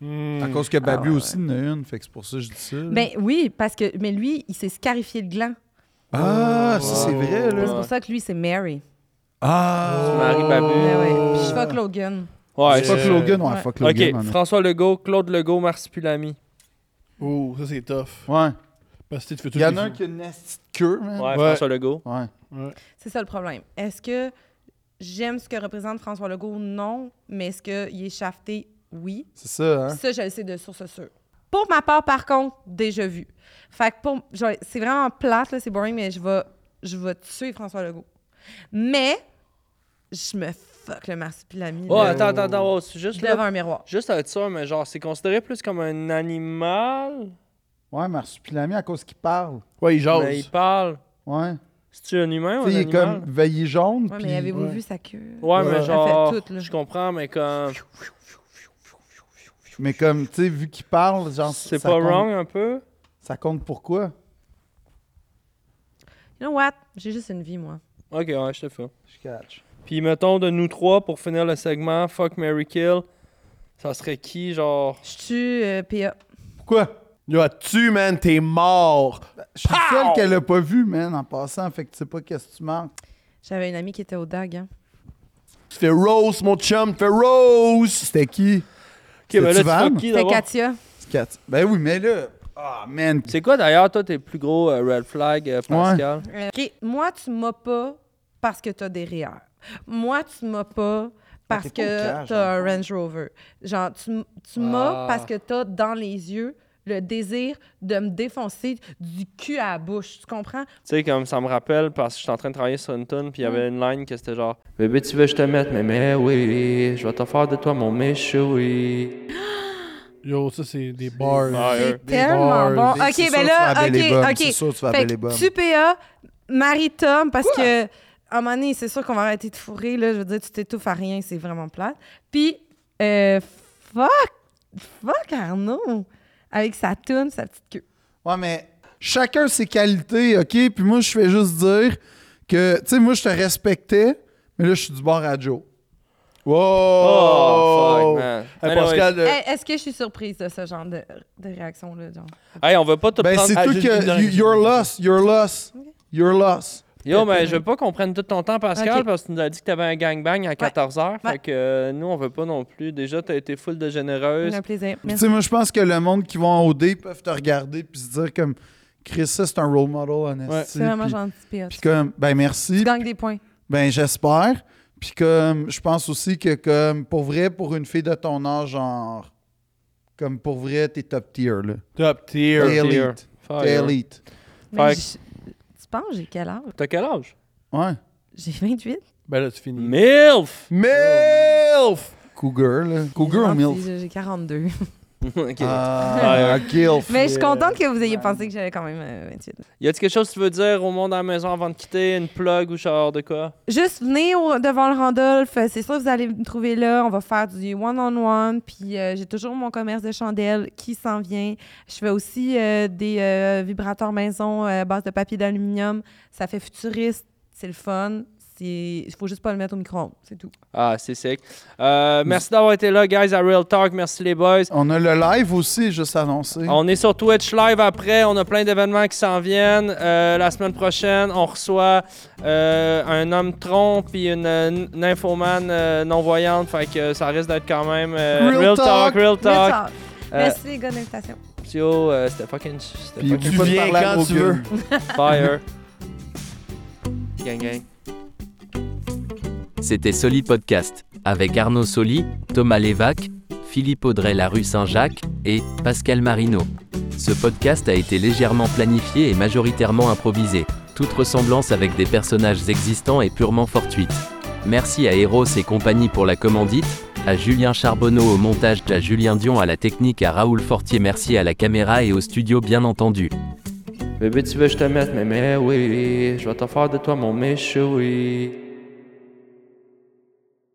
S3: Hmm.
S2: À cause que Babu
S5: ouais,
S2: aussi en a une, fait que c'est pour ça que je dis ça. là.
S5: Ben oui, parce que... Mais lui, il s'est scarifié le gland.
S2: Ah, ça c'est
S4: Oh.
S2: vrai,
S5: C'est
S2: là.
S5: pour ça que lui, c'est Mary.
S2: Ah!
S4: Marie Babu.
S5: Ben ouais. Puis je fuck Logan.
S4: Ouais,
S2: Fuck
S4: c'est-
S2: Logan, ouais,
S5: Ouais.
S2: fuck
S4: Ok,
S2: Logan. hein. en
S4: François Legault, Claude Legault, Marsupilami.
S3: Ouh, ça, c'est tough.
S2: a- Ouais.
S3: Parce que tu fais tout
S2: Il y en a un qui a une nasty de queue, man.
S4: Ouais,
S2: Ouais.
S4: François Legault.
S5: C'est ça le problème. Est-ce que j'aime ce que représente François Legault? Non. Mais est-ce qu'il est shafté? Oui.
S2: C'est ça, hein?
S5: Ça, je le sais de source sûre. Pour ma part, par contre, déjà vu. Fait que pour, genre, c'est vraiment plate, là, c'est boring, mais je vais, je vais tuer François Legault. Mais je me fuck le marsupilami
S4: Oh,
S5: là,
S4: attends, attends, attends. oh, c'est juste,
S5: devant
S4: là,
S5: un miroir.
S4: juste à ça, mais genre, c'est considéré plus comme un animal.
S2: Ouais, marsupilami à cause qu'il parle.
S3: Ouais, il jase.
S4: Mais il parle.
S2: Ouais.
S4: C'est-tu un humain ou
S2: Tu
S4: un
S2: sais, il est
S4: animal?
S2: comme veillé jaune.
S5: Ouais,
S2: puis
S5: mais avez-vous
S3: ouais.
S5: vu sa queue?
S4: Ouais,
S3: Ouais.
S4: mais genre,
S5: Elle fait tout, là.
S4: je comprends, mais comme,
S2: Mais comme, tu sais, vu qu'il parle, genre.
S4: c'est
S2: ça
S4: pas
S2: compte-
S4: wrong un peu?
S2: Ça compte pourquoi?
S5: You know what? J'ai juste une vie, moi.
S4: Ok, ouais, je te fais.
S2: Je catch.
S4: Puis mettons, de nous trois, pour finir le segment, fuck, Mary kill, ça serait qui, genre...
S5: Je tue euh, PA.
S2: Pourquoi?
S3: Yo, tu, man, t'es mort.
S2: Je suis le seul qu'elle a pas vu, man, en passant. Fait que tu sais pas qu'est-ce que tu manques.
S5: J'avais une amie qui était au DAG. Hein.
S3: Tu fais rose, mon chum, tu fais rose.
S2: C'était qui?
S4: Ok, ben là,
S2: C'est-tu
S4: tu
S2: Van?
S4: fuck qui,
S5: C'était
S4: d'abord?
S5: Katia.
S2: C'est Kat- Ben oui, mais là. Ah, man.
S4: C'est quoi, d'ailleurs, toi, tes plus gros euh, red flag, euh, Pascal?
S5: Euh, OK, moi, tu m'as pas parce que t'as des rires. Moi, tu m'as pas parce
S2: t'es pas au clair,
S5: que t'as un Range Rover. Genre, tu, m- tu m'as
S4: Ah.
S5: parce que t'as dans les yeux le désir de me défoncer du cul à la bouche. Tu comprends?
S4: Tu sais, comme ça me rappelle, parce que j'étais en train de travailler sur une tune, puis il y
S2: Mm.
S4: avait une line que c'était genre Bébé, tu veux que je te mette, mais mais oui, je vais te faire de toi mon méchoui.
S3: Yo, ça, c'est des bars.
S5: C'est tellement
S3: bars,
S5: bon.
S2: C'est
S5: OK,
S2: sûr que
S5: ben
S2: tu vas
S5: là,
S2: à Belle et Bomme,
S5: OK,
S2: C'est
S5: OK.
S2: sûr que tu vas à
S5: Fait
S2: Belle et
S5: que
S2: Bomme.
S5: tu PA, marie Tom, parce que à un moment donné, c'est sûr qu'on va arrêter de fourrer. Là, je veux dire, tu t'étouffes à rien, c'est vraiment plate. Puis, euh, fuck, fuck Arnaud, avec sa toune, sa petite queue.
S2: Ouais, mais chacun ses qualités, OK? Puis moi, je fais juste dire que, tu sais, moi, je te respectais, mais là, je suis du bord à Joe.
S3: Wow.
S4: Oh, fuck, man.
S3: Hey,
S4: Anyway.
S3: Pascal, euh,
S5: Hey, Est-ce que je suis surprise de ce genre de, de réaction-là, genre?
S4: Hey, on veut pas te
S2: Ben,
S4: prendre.
S2: c'est
S3: Ah,
S2: tout
S3: juste une
S2: que.
S3: dernière
S2: you- You're lost, you're lost, you're lost.
S4: Yo, mais je veux pas qu'on prenne tout ton temps, Pascal,
S5: Ok.
S4: parce que tu nous as dit que t'avais un gangbang à 14h. Fait que euh, nous, on veut pas non plus. Déjà, t'as été full de
S2: Euh,
S4: généreuse.
S5: Un plaisir.
S2: Puis, tu
S5: Merci.
S2: sais, moi, je pense que le monde qui va en OD peuvent te regarder puis se dire comme Chris, ça, c'est un role model,
S3: Ouais.
S2: honnêtement.
S5: C'est vraiment gentil, PA.
S2: Puis
S5: Tu
S2: comme, ben merci,
S5: gagnes des points.
S2: ben j'espère. Puis comme, je pense aussi que comme, pour vrai, pour une fille de ton âge, genre, comme pour vrai, t'es top tier, là.
S3: Top tier.
S4: tier.
S2: T'es
S4: Ah,
S2: elite.
S4: Fire.
S2: T'es elite.
S5: Mais
S4: Fait que-
S5: je- Tu penses, j'ai quel âge?
S4: T'as quel âge?
S2: Ouais.
S5: J'ai 28.
S3: Ben là, tu finis.
S4: MILF!
S3: MILF!
S2: Cougar, là. Cougar ou
S5: J'ai
S2: MILF?
S5: 46, J'ai 42.
S4: Ok.
S2: Ah, Gilf.
S5: Mais je suis contente que vous ayez pensé que j'avais quand même euh, 28.
S4: Y a-t-il quelque chose que tu veux dire au monde à la maison avant de quitter? Une plug ou genre de quoi?
S5: Juste venez au- devant le Randolph, euh, c'est sûr que vous allez me trouver là. On va faire du one-on-one. puis euh, j'ai toujours mon commerce de chandelles qui s'en vient. Je fais aussi euh, des euh, vibrateurs maison euh, à base de papier d'aluminium. Ça fait futuriste, c'est le fun. C'est- Il faut juste pas le mettre au micro-ondes, c'est tout.
S4: Ah, c'est sec. Euh, merci d'avoir été là, guys, à Real Talk. Merci les boys.
S2: On a le live aussi, juste annoncé.
S4: Ah, On est sur Twitch live après. On a plein d'événements qui s'en viennent. Euh, la semaine prochaine, on reçoit euh, un homme tronc puis une euh, n- nymphomane euh, non-voyante. Fait que ça risque d'être quand même euh,
S2: Real Talk.
S4: Real Talk. Euh,
S5: Merci, Merci les gars de l'invitation.
S4: Pio, euh, c'était fucking, c'était
S2: Puis
S4: fucking
S2: oublie pas de
S3: viens
S2: parler à
S3: quand tu veux.
S2: Grogan.
S4: fire. gang gang.
S7: C'était Soli Podcast, avec Arnaud Soli, Thomas Lévesque, Philippe Audrey La Rue Saint-Jacques et Pascal Marino. Ce podcast a été légèrement planifié et majoritairement improvisé. Toute ressemblance avec des personnages existants est purement fortuite. Merci à Eros et compagnie pour la commandite, à Julien Charbonneau au montage, à Julien Dion à la technique, à Raoul Fortier, merci à la caméra et au studio bien entendu.
S4: Bébé, tu veux que je te mette, mais mais oui, je vais te faire de toi mon méchoui.